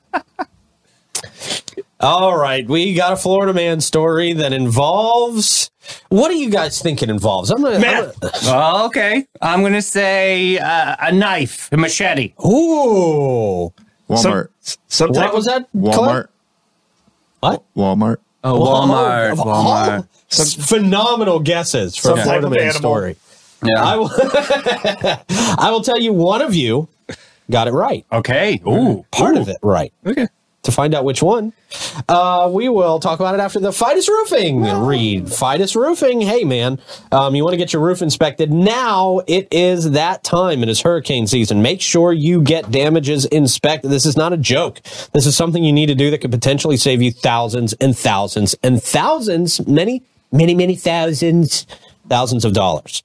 S1: All right, we got a Florida man story that involves. What do you guys think it involves? I'm gonna. I'm
S2: Meth.
S1: gonna-
S3: Oh, okay. I'm going to say uh, a knife, a machete.
S1: ooh,
S4: Walmart.
S2: Some type
S1: what
S2: of-
S1: was that? Clip?
S4: Walmart.
S1: What?
S4: Walmart.
S3: Oh, Walmart.
S1: Of all-
S3: Walmart.
S1: Some phenomenal guesses from
S2: Some
S1: a
S2: type
S1: Florida
S2: of
S1: man
S2: animal.
S1: story. I
S3: Yeah.
S1: will. [LAUGHS] I will tell you. One of you got it right.
S3: Okay. Ooh.
S1: Part of it right.
S3: Okay.
S1: To find out which one, uh, we will talk about it after the Fidus Roofing read. Fidus Roofing, hey man, um, you want to get your roof inspected now? It is that time. It is hurricane season. Make sure you get damages inspected. This is not a joke. This is something you need to do that could potentially save you thousands and thousands and thousands, many, many, many thousands, thousands of dollars.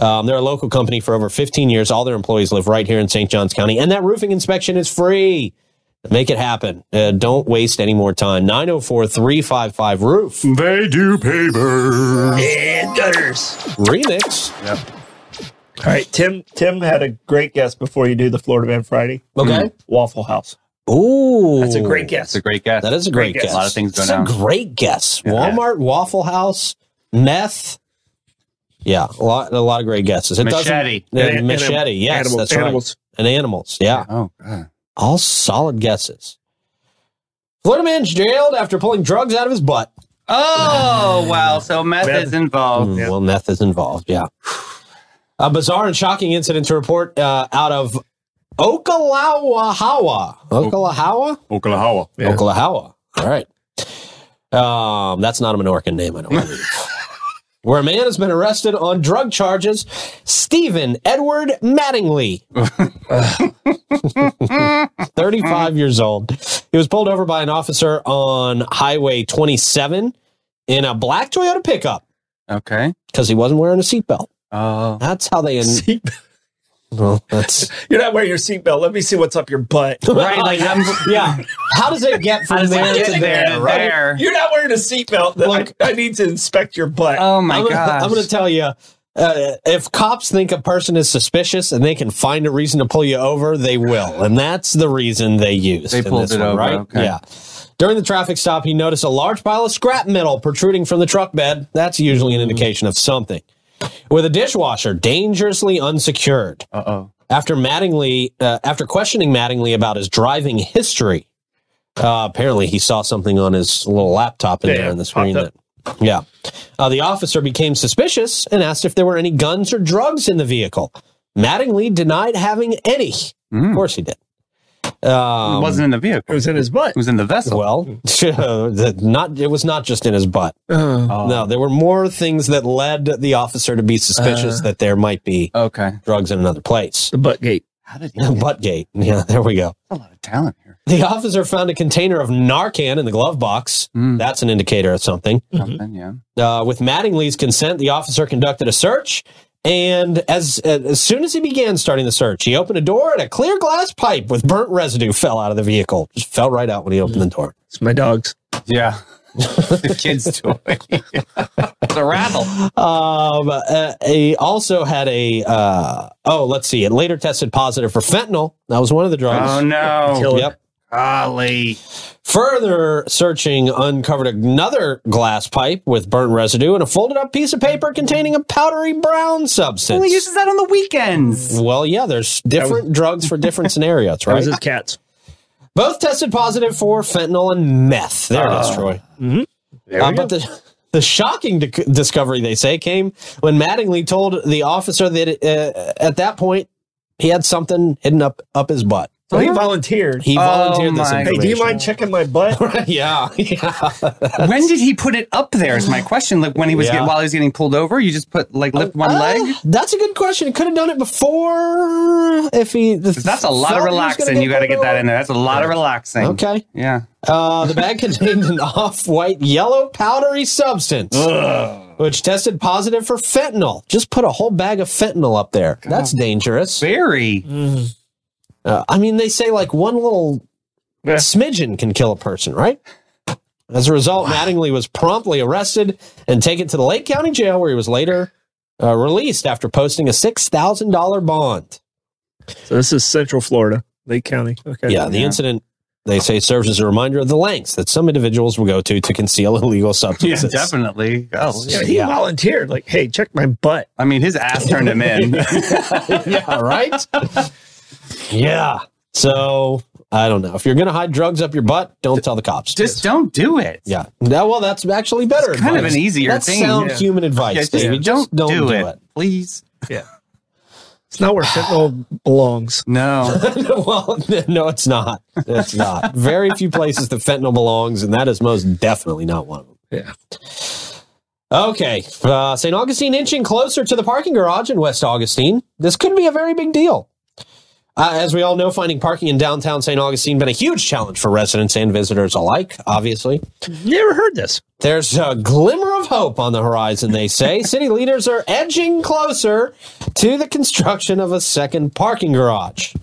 S1: Um, they're a local company for over 15 years. All their employees live right here in St. Johns County, and that roofing inspection is free. Make it happen. Uh, don't waste any more time. 904 355 Roof
S2: Mm-hmm.
S4: They do paper.
S2: and gutters.
S1: Remix.
S2: All right, Tim. Tim had a great guess before you do the Florida Man Friday.
S1: Okay.
S2: Waffle House.
S1: Ooh.
S2: Mm-hmm. That's a great guess.
S3: That's a great guess.
S1: That is a great,
S2: Great
S1: guess.
S2: guess.
S3: a lot of things go
S1: That's a
S3: down.
S1: great guess. Walmart, Waffle House, meth. Yeah, a lot, a lot of great guesses. It
S3: Machete.
S1: doesn't. Yeah,
S2: And- and
S1: machete.
S2: anim-
S1: yes,
S2: animals-
S1: that's right.
S2: animals.
S1: And animals. Yeah.
S3: Oh, God.
S1: All solid guesses. Florida man's jailed after pulling drugs out of his butt.
S3: Oh, wow. So meth
S2: Meth.
S3: is involved.
S1: Mm, Well, meth is involved. Yeah. A bizarre and shocking incident to report uh, out of Okalawahawa. Okalahawa?
S2: Oklahoma. Yeah.
S1: Okalahawa. All right. Um, that's not a Menorcan name, I don't believe. Where a man has been arrested on drug charges, Stephen Edward Mattingly, 35 years old. He was pulled over by an officer on Highway 27 in a black Toyota pickup
S3: Okay.
S1: because he wasn't wearing a seatbelt.
S3: Oh.
S1: That's how they.
S3: [LAUGHS]
S1: In-
S2: Seat-
S1: well, that's
S2: You're not wearing your seatbelt. Let me see what's up your butt.
S3: Right. Like, I'm,
S1: yeah. How does it get from
S3: How does it
S1: there
S3: get
S1: to there?
S3: to there to
S1: right?
S3: there?
S2: You're not wearing a seatbelt.
S1: Look.
S2: I, I need to inspect your butt.
S3: oh, my
S1: I'm gonna,
S3: God.
S1: I'm going to tell you. Uh, if cops think a person is suspicious and they can find a reason to pull you over, they will, and that's the reason they used.
S3: They
S1: in
S3: pulled
S1: this
S3: it
S1: one,
S3: over,
S1: right?
S3: okay.
S1: Yeah. During the traffic stop, he noticed a large pile of scrap metal protruding from the truck bed. That's usually
S3: Mm.
S1: an indication of something. With a dishwasher dangerously unsecured.
S3: Uh oh.
S1: after Mattingly, uh, after questioning Mattingly about his driving history, uh, apparently he saw something on his little laptop in
S2: Yeah,
S1: there in the
S2: popped
S1: screen. That,
S2: up.
S1: yeah. Uh, the officer became suspicious and asked if there were any guns or drugs in the vehicle. Mattingly denied having any. Of course he did. Um,
S3: it wasn't in the vehicle.
S2: It was in his butt.
S3: It was in the vessel.
S1: well, [LAUGHS] the- not it was not just in his butt.
S3: Oh. Uh-huh.
S1: No, there were more things that led the officer to be suspicious that there might be
S3: Okay.
S1: drugs in another place. [LAUGHS]
S2: The butt gate.
S3: How did he? That's
S1: Buttgate. Yeah, there we go.
S3: a lot of talent here.
S1: The officer found a container of Narcan in the glove box.
S3: Mm. Mm-hmm.
S1: That's an indicator of something.
S3: Something, yeah.
S1: Uh, with Mattingly's consent, the officer conducted a search. And as as soon as he began starting the search, he opened a door and a clear glass pipe with burnt residue fell out of the vehicle. Just fell right
S3: [LAUGHS]
S1: out when he opened the door.
S2: It's my dog's.
S3: Yeah. the kid's toy. the rabble.
S1: Um, uh, he also had a uh, oh, let's see. It later tested positive for fentanyl. That was one of the drugs.
S3: Oh no,
S2: Kill it.
S1: yep.
S3: golly!
S1: Further searching uncovered another glass pipe with burnt residue and a folded up piece of paper containing a powdery brown substance.
S3: Only uses that on the weekends.
S1: well, yeah, there's different drugs for different scenarios,
S2: [LAUGHS] That
S1: right?
S2: was his cats.
S1: Both tested positive for fentanyl and meth. There it is, Troy.
S2: Ah. Mm-hmm. There
S1: Uh,
S2: we
S1: but
S2: go.
S1: the, the shocking dic discovery, they say, came when Mattingly told the officer that uh, at that point he had something hidden up up his butt.
S2: so he volunteered.
S1: Oh. He volunteered this
S3: my
S2: hey,
S1: information.
S2: do you mind checking my
S1: [LAUGHS]
S2: butt?
S1: yeah, yeah.
S3: When did he put it up there? Is my question. Like when he was
S1: Yeah.
S3: get- while he was getting pulled over, you just put like lift one
S1: Uh,
S3: leg.
S1: That's a good question. He could have done it before if he.
S3: That's a lot of relaxing. You got to get that in there. That's a lot of relaxing.
S1: Okay.
S3: Yeah.
S1: Uh, the bag [LAUGHS] contained an off-white yellow powdery substance, which tested positive for fentanyl. Just put a whole bag of fentanyl up there. That's dangerous.
S3: Very.
S1: Uh, I mean, they say like one little
S2: Yeah.
S1: smidgen can kill a person, right? As a result, Mattingly was promptly arrested and taken to the Lake County Jail, where he was later uh, released after posting a six thousand dollar bond.
S2: So this is Central Florida, Lake County. Okay.
S1: Yeah, the
S3: Yeah.
S1: incident they say serves as a reminder of the lengths that some individuals will go to to conceal [LAUGHS] illegal substances.
S3: definitely. Golly.
S2: Yeah, he
S1: Yeah.
S2: volunteered. Like, hey, check my butt.
S3: I mean, his ass turned him in. [LAUGHS]
S1: [LAUGHS] yeah, right? yeah. So I don't know. If you're gonna hide drugs up your butt, don't tell the cops.
S3: just don't do it.
S1: yeah. That, well, that's actually better.
S3: It's kind of
S1: advice.
S3: an easier
S1: That's
S3: thing.
S1: sound
S3: Yeah.
S1: human advice,
S3: Yeah, just,
S1: Davey.
S3: don't, do, it, please.
S2: It's not where fentanyl belongs.
S3: No.
S1: [LAUGHS] well, no, it's not. It's not. Very few places that fentanyl belongs, and that is most definitely not one of them.
S2: Yeah.
S1: Okay. Uh, St. Augustine inching closer to the parking garage in West Augustine. This could be a very big deal. Uh, as we all know, finding parking in downtown St. Augustine been a huge challenge for residents and visitors alike, obviously.
S2: Never heard this.
S1: There's a glimmer of hope on the horizon, they say. City leaders are edging closer to the construction of a second parking garage.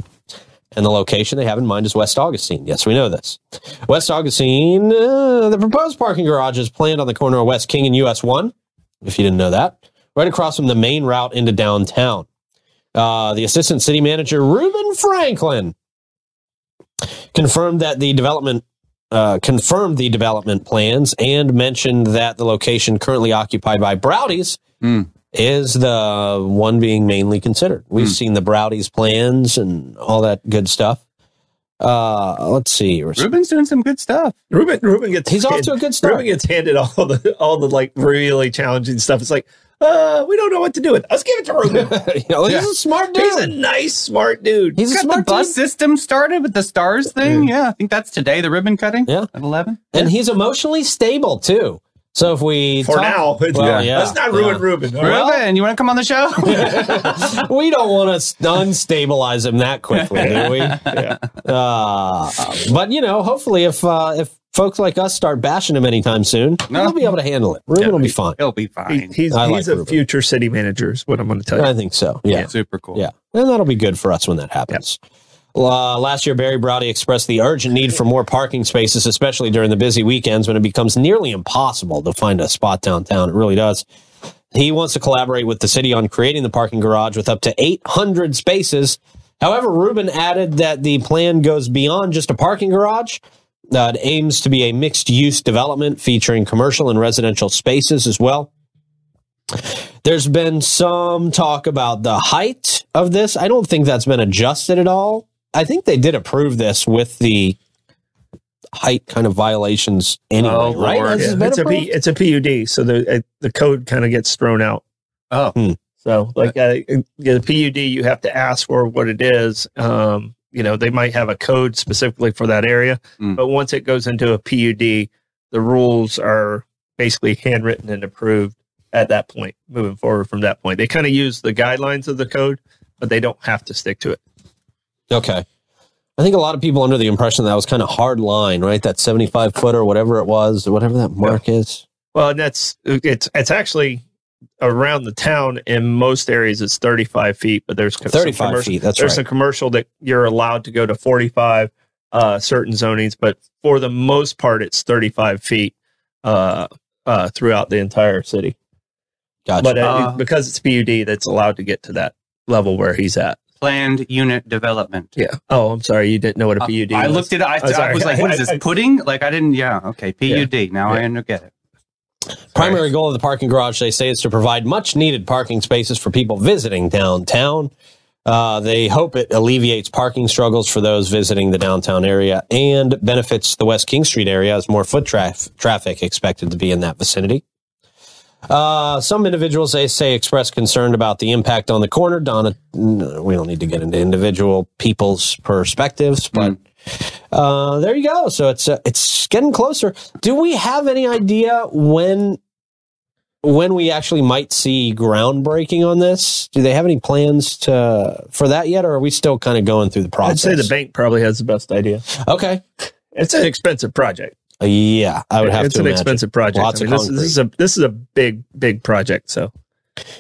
S1: And the location they have in mind is West Augustine. Yes, we know this. West Augustine, uh, the proposed parking garage is planned on the corner of West King and US 1, if you didn't know that, right across from the main route into downtown. Uh, the assistant city manager, Reuben Franklin, confirmed that the development uh, confirmed the development plans and mentioned that the location currently occupied by Browdy's
S3: Hmm.
S1: is the one being mainly considered. We've seen the Browdy's plans and all that good stuff. Uh, let's see.
S3: Ruben's doing some good stuff.
S2: Ruben Ruben gets
S1: He's off
S2: hand-
S1: to a good start.
S2: Ruben gets handed all the all the like really challenging stuff. It's like, uh, we don't know what to do with. Let's give it to Ruben.
S1: [LAUGHS] You know, he's a smart dude.
S2: He's a nice, smart dude.
S1: He's a
S3: Got the
S1: smart
S3: bus
S1: dude.
S3: system started with the stars thing. Yeah. I think that's today, the ribbon cutting
S1: Yeah.
S3: at 11.
S1: and he's emotionally stable too. So if we
S2: for
S1: talk-
S2: now. It's-
S1: Well, yeah.
S2: Let's not ruin
S1: Yeah.
S2: Ruben. all right?
S3: Ruben, you want to come on the show?
S1: [LAUGHS] we don't want to unstabilize him that quickly, do
S3: [LAUGHS]
S1: we? Uh, but you know, hopefully, if uh, if folks like us start bashing him anytime soon,
S3: No.
S1: he'll be able to handle it. Ruben will be fine.
S3: He'll be
S2: He-
S3: fine.
S2: he's
S1: I like
S2: he's a
S1: Ruben.
S2: future city manager, is what I'm going to tell you.
S1: I think so. Yeah.
S3: Super cool.
S1: Yeah. And that'll be good for us when that happens. Uh, last year, Barry Browdy expressed the urgent need for more parking spaces, especially during the busy weekends when it becomes nearly impossible to find a spot downtown. It really does. He wants to collaborate with the city on creating the parking garage with up to 800 spaces. However, Rubin added that the plan goes beyond just a parking garage. Uh, it aims to be a mixed use development featuring commercial and residential spaces as well. There's been some talk about the height of this. I don't think that's been adjusted at all. I think they did approve this with the height kind of violations anyway,
S3: Oh,
S1: right?
S3: Lord.
S1: Has this
S2: Yeah,
S1: been
S2: it's a P,
S1: approved?
S2: it's a PUD, so the uh, the code kind of gets thrown out.
S3: Oh.
S1: Hmm.
S2: so like uh, yeah, the PUD, you have to ask for what it is. Um, you know, they might have a code specifically for that area,
S3: Hmm.
S2: but once it goes into a PUD, the rules are basically handwritten and approved at that point. Moving forward from that point, they kind of use the guidelines of the code, but they don't have to stick to it.
S1: Okay. I think a lot of people under the impression that was kind of hard line, right? That 75 foot or whatever it was, whatever that mark is.
S2: Well, and that's it's it's actually around the town in most areas it's 35 feet, but there's some
S1: 35
S2: commercial-
S1: feet. That's
S2: There's
S1: right.
S2: a commercial that you're allowed to go to 45 uh, certain zonings, but for the most part, it's 35 feet uh, uh, throughout the entire city.
S1: Gotcha.
S2: But uh,
S3: Uh,
S2: because it's PUD, that's allowed to get to that level where he's at.
S3: Planned unit development.
S2: Yeah. Oh, I'm sorry. You didn't know what a PUD
S3: Uh, I
S2: was.
S3: looked at it. I,
S2: Oh, sorry.
S3: I was like, what is this? Pudding? Like, I didn't. Yeah. Okay. PUD. Now I under- get it.
S1: Primary goal of the parking garage, they say, is to provide much needed parking spaces for people visiting downtown. Uh, they hope it alleviates parking struggles for those visiting the downtown area and benefits the West King Street area as more foot traf- traffic expected to be in that vicinity. Uh, some individuals, they say, express concern about the impact on the corner. Donna, n- we don't need to get into individual people's perspectives,
S2: Hmm.
S1: but uh, there you go. So it's uh, it's getting closer. Do we have any idea when when we actually might see groundbreaking on this? Do they have any plans to for that yet, or are we still kind of going through the
S2: I'd
S1: process?
S2: say the bank probably has the best idea.
S1: Okay,
S2: It's an expensive project.
S1: Uh, yeah, I would have
S2: it's
S1: to.
S2: an
S1: imagine.
S2: expensive project.
S1: Lots
S2: I mean,
S1: of
S2: this, this is a this is a big big project. So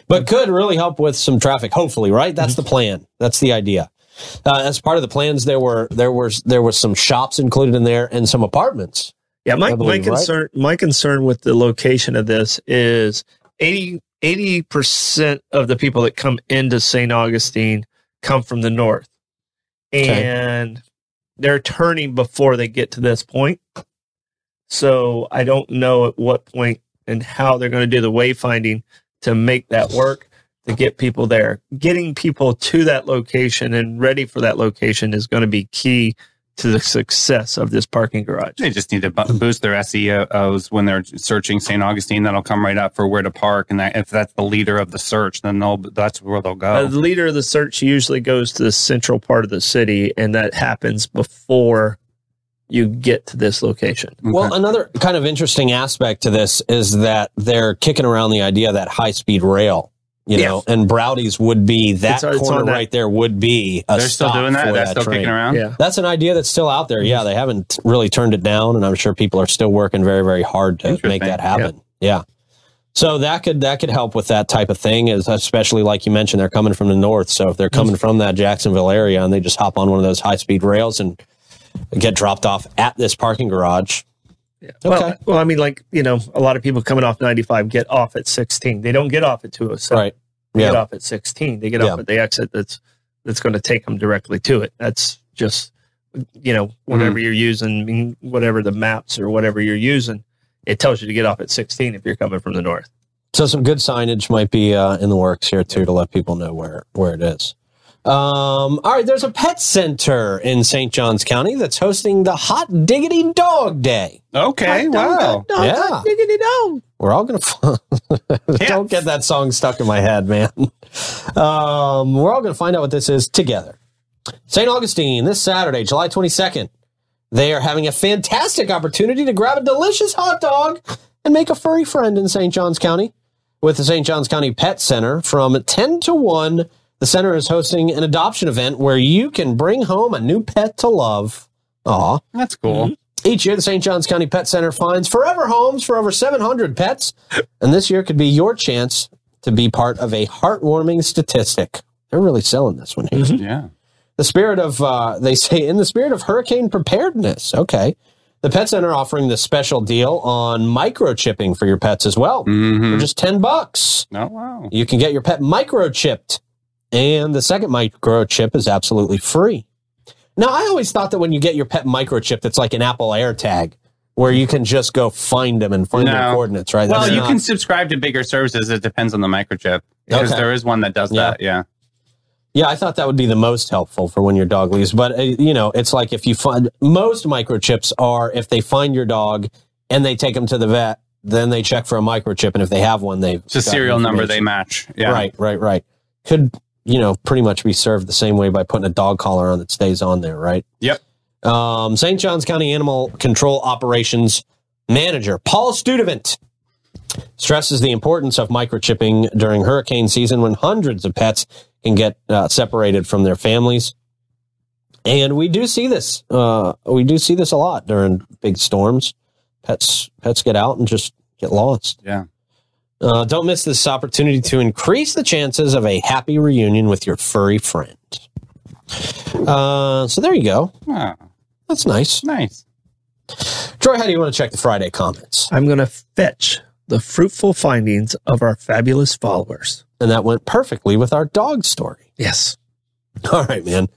S1: but could really help with some traffic. Hopefully, right?
S3: Mm-hmm.
S1: That's the plan. That's the idea. Uh, as part of the plans, there were there was there was some shops included in there and some apartments.
S2: yeah, my
S1: I believe,
S2: my
S1: right?
S2: concern my concern with the location of this is 80 percent of the people that come into St. Augustine come from the north,
S1: Okay.
S2: and they're turning before they get to this point. So I don't know at what point and how they're going to do the wayfinding to make that work to get people there. Getting people to that location and ready for that location is going to be key to the success of this parking garage.
S3: They just need to bu- boost their SEOs when they're searching St. Augustine. That'll come right up for where to park, and that, if that's the leader of the search, then they'll that's where they'll go.
S1: Oh.
S2: Uh, the leader of the search usually goes to the central part of the city, and that happens before you get to this location.
S3: Okay.
S1: Well, another kind of interesting aspect to this is that they're kicking around the idea that high speed rail, you
S2: Yeah.
S1: know, and Browdy's would be that
S2: It's on- it's
S1: corner
S2: on that-
S1: right there would be a
S3: they're still
S1: stop
S3: doing that.
S1: for
S3: That's
S1: that
S3: still
S1: train.
S3: kicking around.
S2: Yeah.
S1: That's an idea that's still out there. Yeah, they haven't really turned it down, and I'm sure people are still working very, very hard to
S3: Interesting.
S1: make that happen. Yeah. So that could that could help with that type of thing, is especially like you mentioned, they're coming from the north. So if they're coming from that Jacksonville area and they just hop on one of those high speed rails and get dropped off at this parking garage. Okay.
S2: Well, well, I mean, like, you know, a lot of people coming off 95 get off at 16. They don't get off at 207.
S1: Right.
S2: They
S1: Yeah.
S2: get off at 16. They get
S1: Yeah.
S2: off at the exit that's that's going to take them directly to it. That's just, you know, whatever
S1: Mm-hmm.
S2: you're using, I mean, whatever the maps or whatever you're using, it tells you to get off at 16 if you're coming from the north.
S1: So some good signage might be uh, in the works here too to let people know where where it is. Um, all right, there's a pet center in St. Johns County that's hosting the Hot Diggity Dog Day.
S3: Okay. Wow.
S1: yeah,
S2: Diggity dog.
S1: we're all gonna. [LAUGHS] Don't get that song stuck in my head, man. Um, we're all gonna find out what this is together. St. Augustine this Saturday, July 22nd. They are having a fantastic opportunity to grab a delicious hot dog and make a furry friend in St. Johns County with the St. Johns County Pet Center from 10 to 1. The center is hosting an adoption event where you can bring home a new pet to love. Aw.
S3: That's cool.
S1: Each year, the St. Johns County Pet Center finds forever homes for over 700 pets, and this year could be your chance to be part of a heartwarming statistic. They're really selling this one here.
S3: Yeah.
S1: The spirit of, uh, they say, in the spirit of hurricane preparedness. Okay. The Pet Center offering this special deal on microchipping for your pets as well for
S3: Mm-hmm.
S1: just 10 bucks.
S3: Oh wow.
S1: You can get your pet microchipped, and the second microchip is absolutely free. Now, I always thought that when you get your pet microchipped, it's like an Apple AirTag, where you can just go find them and find their
S3: No.
S1: coordinates, right?
S3: Well,
S1: That's
S3: you
S1: not-
S3: can subscribe to bigger services. It depends on the microchip because
S1: Okay.
S3: there is one that does
S1: Yeah.
S3: that. Yeah.
S1: Yeah, I thought that would be the most helpful for when your dog leaves. But uh, you know, it's like if you find most microchips are if they find your dog and they take them to the vet, then they check for a microchip, and if they have one, they've
S3: It's a
S1: got
S3: serial number
S1: information.
S3: they match. Yeah.
S1: Right, right, right. Could, you know, pretty much be served the same way by putting a dog collar on that stays on there, right?
S3: Yep.
S1: Um, St. John's County Animal Control Operations Manager Paul Studevant stresses the importance of microchipping during hurricane season when hundreds of pets can get uh, separated from their families. And we do see this. Uh, we do see this a lot during big storms. Pets pets get out and just get lost.
S3: Yeah.
S1: Uh, don't miss this opportunity to increase the chances of a happy reunion with your furry friend. Uh, so there you go.
S3: Oh,
S1: That's nice.
S3: nice.
S1: Troy, how do you want to check the Friday comments?
S2: I'm going to fetch the fruitful findings of our fabulous followers.
S1: And that went perfectly with our dog story. [LAUGHS]
S2: Yes.
S1: All right, man.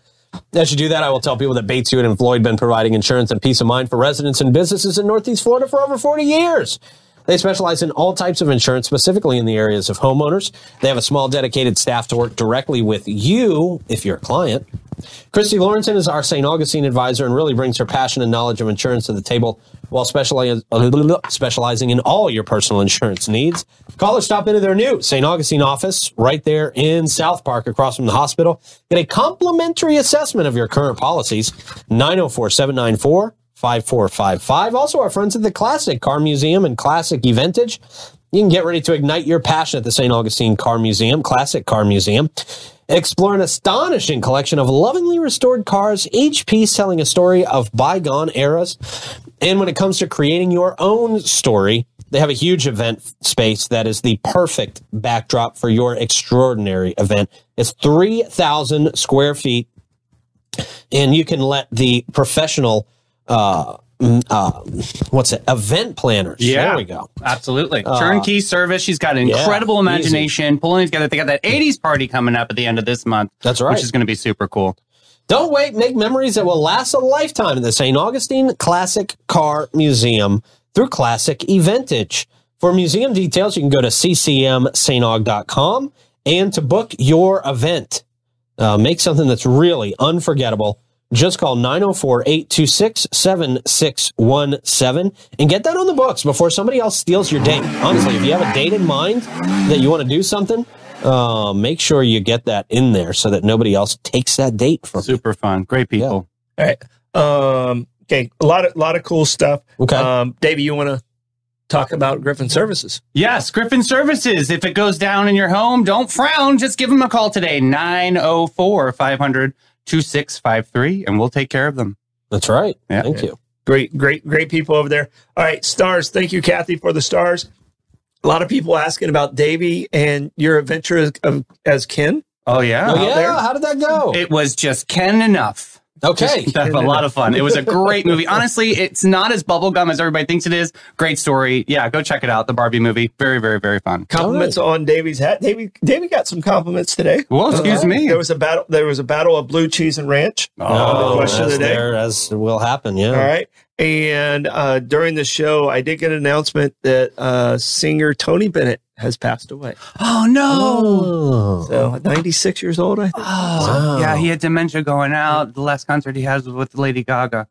S1: As you do that, I will tell people that Bates Hewitt and Floyd been providing insurance and peace of mind for residents and businesses in Northeast Florida for over 40 years. They specialize in all types of insurance, specifically in the areas of homeowners. They have a small dedicated staff to work directly with you if you're a client. Christy Lawrenson is our St. Augustine advisor and really brings her passion and knowledge of insurance to the table while speciali- specializing in all your personal insurance needs. Call or stop into their new St. Augustine office right there in South Park across from the hospital. Get a complimentary assessment of your current policies. 904 794 5455. Also, our friends at the Classic Car Museum and Classic Eventage. You can get ready to ignite your passion at the St. Augustine Car Museum, Classic Car Museum. Explore an astonishing collection of lovingly restored cars, each piece telling a story of bygone eras. And when it comes to creating your own story, they have a huge event space that is the perfect backdrop for your extraordinary event. It's 3,000 square feet and you can let the professional uh, mm, uh what's it event planners
S3: Yeah.
S1: there we go
S3: Absolutely. Turnkey service. She's got an
S1: Uh, yeah,
S3: incredible imagination pulling it together. They got that 80s party coming up at the end of this month.
S1: That's right.
S3: Which is going to be super cool.
S1: don't wait make memories that will last a lifetime at the st augustine classic car museum through classic eventage for museum details you can go to ccmstaug.com and to book your event uh, make something that's really unforgettable just call 904-826-7617 and get that on the books before somebody else steals your date honestly if you have a date in mind that you want to do something uh, make sure you get that in there so that nobody else takes that date from you.
S3: Super fun. Great people.
S2: All right. Um, okay. A lot of lot of cool stuff.
S1: Okay.
S2: Um, Davey, you want to talk about Griffin Services?
S3: Yes, Griffin Services. If it goes down in your home, don't frown. Just give them a call today, 904 500 2653, and we'll take care of them.
S1: That's right.
S3: Yeah.
S1: Thank you.
S2: Great, great, great people over there. All right, stars. Thank you, Kathy, for the stars. A lot of people asking about Davey and your adventure as, of, as Ken.
S3: Oh, yeah.
S1: Oh, yeah.
S2: Uh, there.
S1: How did that go?
S3: It was just Ken enough.
S1: okay.
S3: That's a lot of fun. It was a great movie. Honestly, it's not as bubblegum as everybody thinks it is. Great story. Yeah, go check it out. The Barbie movie. Very, very, very fun.
S2: Compliments on Davey's hat. Davey, Davey got some compliments today. Uh-huh.
S3: Well, excuse me.
S2: There was a battle. There was a battle of blue cheese and ranch.
S1: Oh,
S2: the question of
S1: that's
S2: the day.
S1: there as will happen. Yeah.
S2: All right. And uh, during the show, I did get an announcement that uh, singer Tony Bennett has passed away.
S3: Oh, no.
S1: Oh.
S2: So, at 96 years old, I think.
S1: Wow.
S3: Oh. Yeah, he had dementia going out. The last concert he has was with Lady Gaga.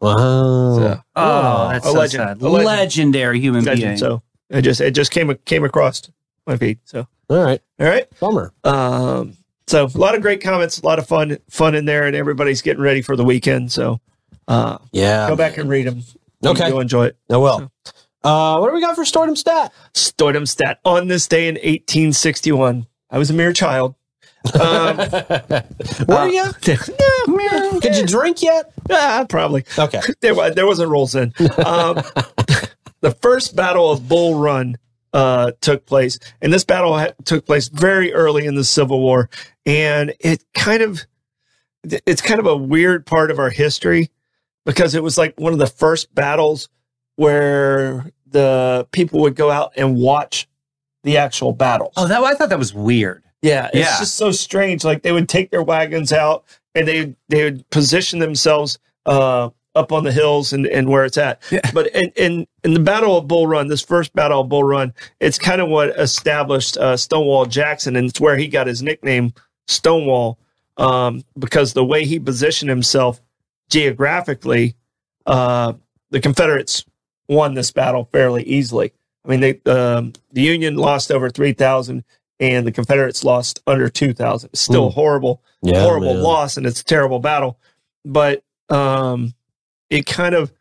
S1: Wow.
S2: So,
S3: Oh, that's
S2: a
S3: so
S2: legend.
S3: sad.
S2: A legend.
S3: Legendary human being.
S2: So, I just it just came came across my feed. So,
S1: All right.
S2: all right.
S1: Bummer.
S2: Um, so a lot of great comments, a lot of fun fun in there, and everybody's getting ready for the weekend. So, uh,
S1: Yeah.
S2: go back and read them.
S1: Okay.
S2: you'll enjoy it.
S1: Oh, well. Uh, what do we got for Stordom Stat?
S2: Stoidemstat on this day in 1861. I was a
S1: [LAUGHS]
S2: mere child. Um, uh,
S1: Were you?
S2: [LAUGHS]
S1: Did you drink yet?
S2: Ah, probably.
S1: Okay.
S2: There, wa- there wasn't rolls in. Um, [LAUGHS] the first Battle of Bull Run uh, took place, and this battle ha- took place very early in the Civil War, and it kind of it's kind of a weird part of our history because it was like one of the first battles where the people would go out and watch the actual battle.
S3: Oh, that I thought that was weird.
S2: Yeah, it's
S3: Yeah.
S2: just so strange. Like they would take their wagons out and they they would position themselves uh, up on the hills and, and where it's at.
S3: Yeah.
S2: But in, in in the Battle of Bull Run, this first Battle of Bull Run, it's kind of what established uh, Stonewall Jackson, and it's where he got his nickname Stonewall um, because the way he positioned himself geographically, uh, the Confederates won this battle fairly easily. I mean, they, um, the Union lost over three thousand, and the Confederates lost under two thousand. Still
S1: Hmm.
S2: horrible,
S1: Yeah,
S2: [LAUGHS] horrible
S1: man.
S2: loss, and it's a terrible battle. But um, it kind of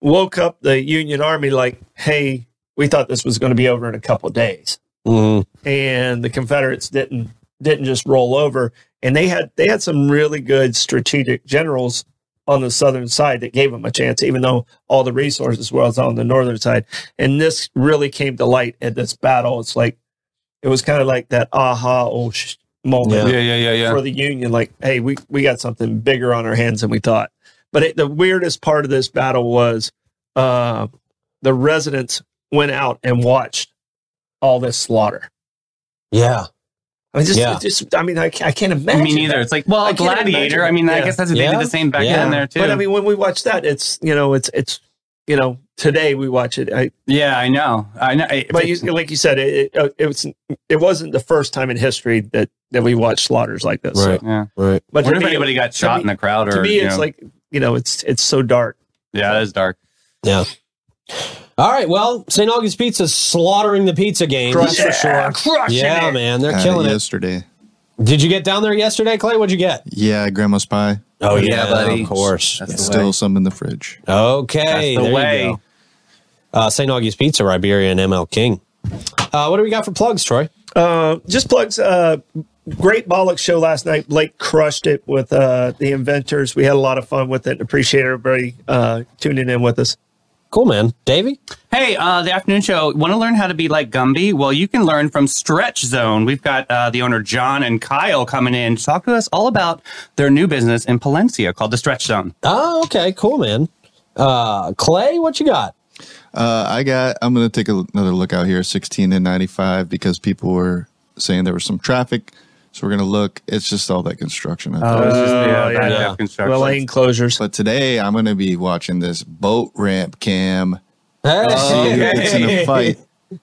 S2: woke up the Union Army, like, hey, we thought this was going to be over in a couple of days
S1: Mm.
S2: and the Confederates didn't didn't just roll over. And they had they had some really good strategic generals on the southern side that gave them a chance, even though all the resources were on the northern side. And this really came to light at this battle. It's like it was kind of like that aha oh sh- moment
S1: Yeah,
S3: yeah, yeah,
S2: for the Union. Like, hey, we we got something bigger on our hands than we thought. But it, the weirdest part of this battle was uh, the residents went out and watched all this slaughter.
S1: Yeah.
S2: I mean, just,
S1: Yeah.
S2: just I mean, I, ca- I can't imagine.
S3: Me neither.
S2: that.
S3: It's like, well,
S2: I can't
S3: Gladiator.
S2: imagine.
S3: I mean, I
S2: Yeah.
S3: guess that's what they
S1: Yeah.
S3: did the same back
S1: Yeah.
S3: then there too.
S2: But I mean, when we watch that, it's you know, it's it's you know, today we watch it. I,
S3: yeah, I know. I know. I-
S2: but you, like you said, it, uh, it it was it wasn't the first time in history that that we watched slaughters like this.
S1: Right.
S3: yeah.
S1: Right.
S2: But
S3: Wonder
S2: to
S3: if
S2: me-
S3: anybody got
S2: to
S3: shot
S2: me-
S3: in the crowd or
S2: to me,
S3: you
S2: it's
S3: know.
S2: like you know, it's it's so dark.
S3: yeah, that is dark.
S1: All right. Well, St. August Pizza's slaughtering the pizza game.
S2: Crush
S1: That's for
S2: yeah,
S1: sure.
S2: crushing
S1: Yeah,
S2: it.
S1: man. They're
S4: Had it
S1: killing it.
S4: yesterday.
S1: Did you get down there yesterday, Clay? What'd you get?
S4: Yeah, Grandma's pie.
S1: Oh,
S3: yeah, buddy.
S1: Of course.
S3: That's
S4: It's
S3: the
S4: still
S3: way.
S4: some in the fridge.
S1: Okay,
S3: That's
S1: there
S3: the way.
S1: you go. Uh, St. Augie's Pizza, Riberia, and ML King. Uh, what do we got for plugs, Troy?
S2: Uh, just plugs. Uh, great bollocks show last night. Blake crushed it with uh, the inventors. We had a lot of fun with it. Appreciate everybody uh, tuning in with us.
S1: Cool, man. Davey?
S3: Hey, uh, the afternoon show. Want to learn how to be like Gumby? Well, you can learn from Stretch Zone. We've got uh, the owner John and Kyle coming in to talk to us all about their new business in Palencia called the Stretch Zone.
S1: Oh, okay. Cool, man. Uh, Clay, what you got?
S4: Uh, I got. I'm gonna take a, another look out here. 16 and 95 because people were saying there was some traffic. So we're gonna look. It's just all that construction. out
S1: Oh.
S4: there.
S3: It's just,
S2: yeah.
S3: uh, bad
S1: Yeah.
S3: half construction.
S2: Well, lane closures.
S4: But today I'm gonna be watching this boat ramp cam.
S1: Hey.
S2: Oh,
S4: See who gets in
S1: [LAUGHS]
S4: a fight.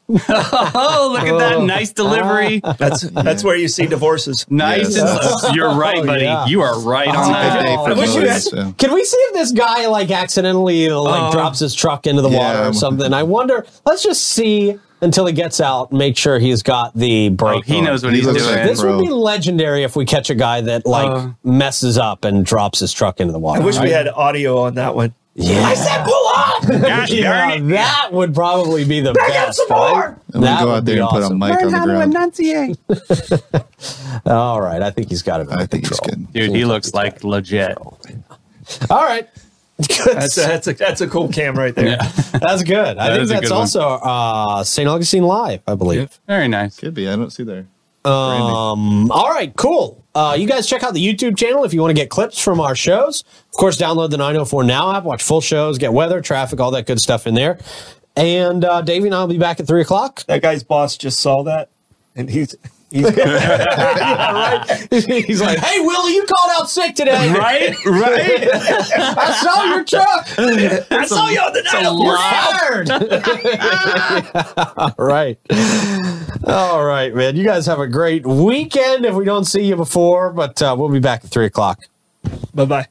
S3: oh, look at that nice delivery.
S1: Ah.
S2: That's [LAUGHS] that's where you see divorces.
S3: Nice.
S4: Yes. [LAUGHS]
S3: and- You're right, buddy.
S1: yeah.
S3: You are right on
S4: It's Oh, a good day
S3: that.
S4: for
S1: I wish you
S4: boats,
S1: had-
S4: so.
S1: Can we see if this guy like accidentally like
S3: Um,
S1: drops his truck into the
S4: yeah.
S1: water or something? I wonder. Let's just see until he gets out and make sure he's got the brake.
S3: Oh, he
S1: on.
S3: knows what
S4: He
S3: he's
S4: looks
S3: doing.
S4: like
S1: This
S4: Bro.
S1: would be legendary if we catch a guy that like
S3: Uh.
S1: messes up and drops his truck into the water.
S2: I wish we had audio on that one.
S1: Yeah. I said pull up. [LAUGHS]
S3: Gosh darn it.
S1: that would probably be the best. right?
S4: I'm gonna
S1: That
S4: go
S1: would
S4: out
S1: be
S4: there and put a
S1: awesome.
S4: mic on the ground.
S3: enunciate.
S1: All right, I think he's got it.
S4: I
S1: under
S4: think he's
S1: control.
S4: good.
S3: Dude, he looks like legit.
S1: All right. [LAUGHS]
S2: That's a, that's a that's a cool cam right there.
S1: That's good. I think
S3: is a
S1: that's
S3: good one.
S1: also uh, St. Augustine Live, I believe.
S3: Very nice.
S4: Could be. I don't see there.
S1: Um, all right, cool. Uh, you guys check out the YouTube channel if you want to get clips from our shows. Of course, download the 904 Now app, watch full shows, get weather, traffic, all that good stuff in there. And uh, Davey and I will be back at 3 o'clock. [LAUGHS]
S2: That guy's boss just saw that, and he's he's
S1: He's like, hey, Willie, you called out sick today.
S3: Right? Right?
S1: I saw your truck. I saw you on the night
S3: of-
S1: You're
S3: you're
S1: fired. [LAUGHS] right. All right, man. You guys have a great weekend if we don't see you before, but uh, we'll be back at three o'clock.
S2: bye bye.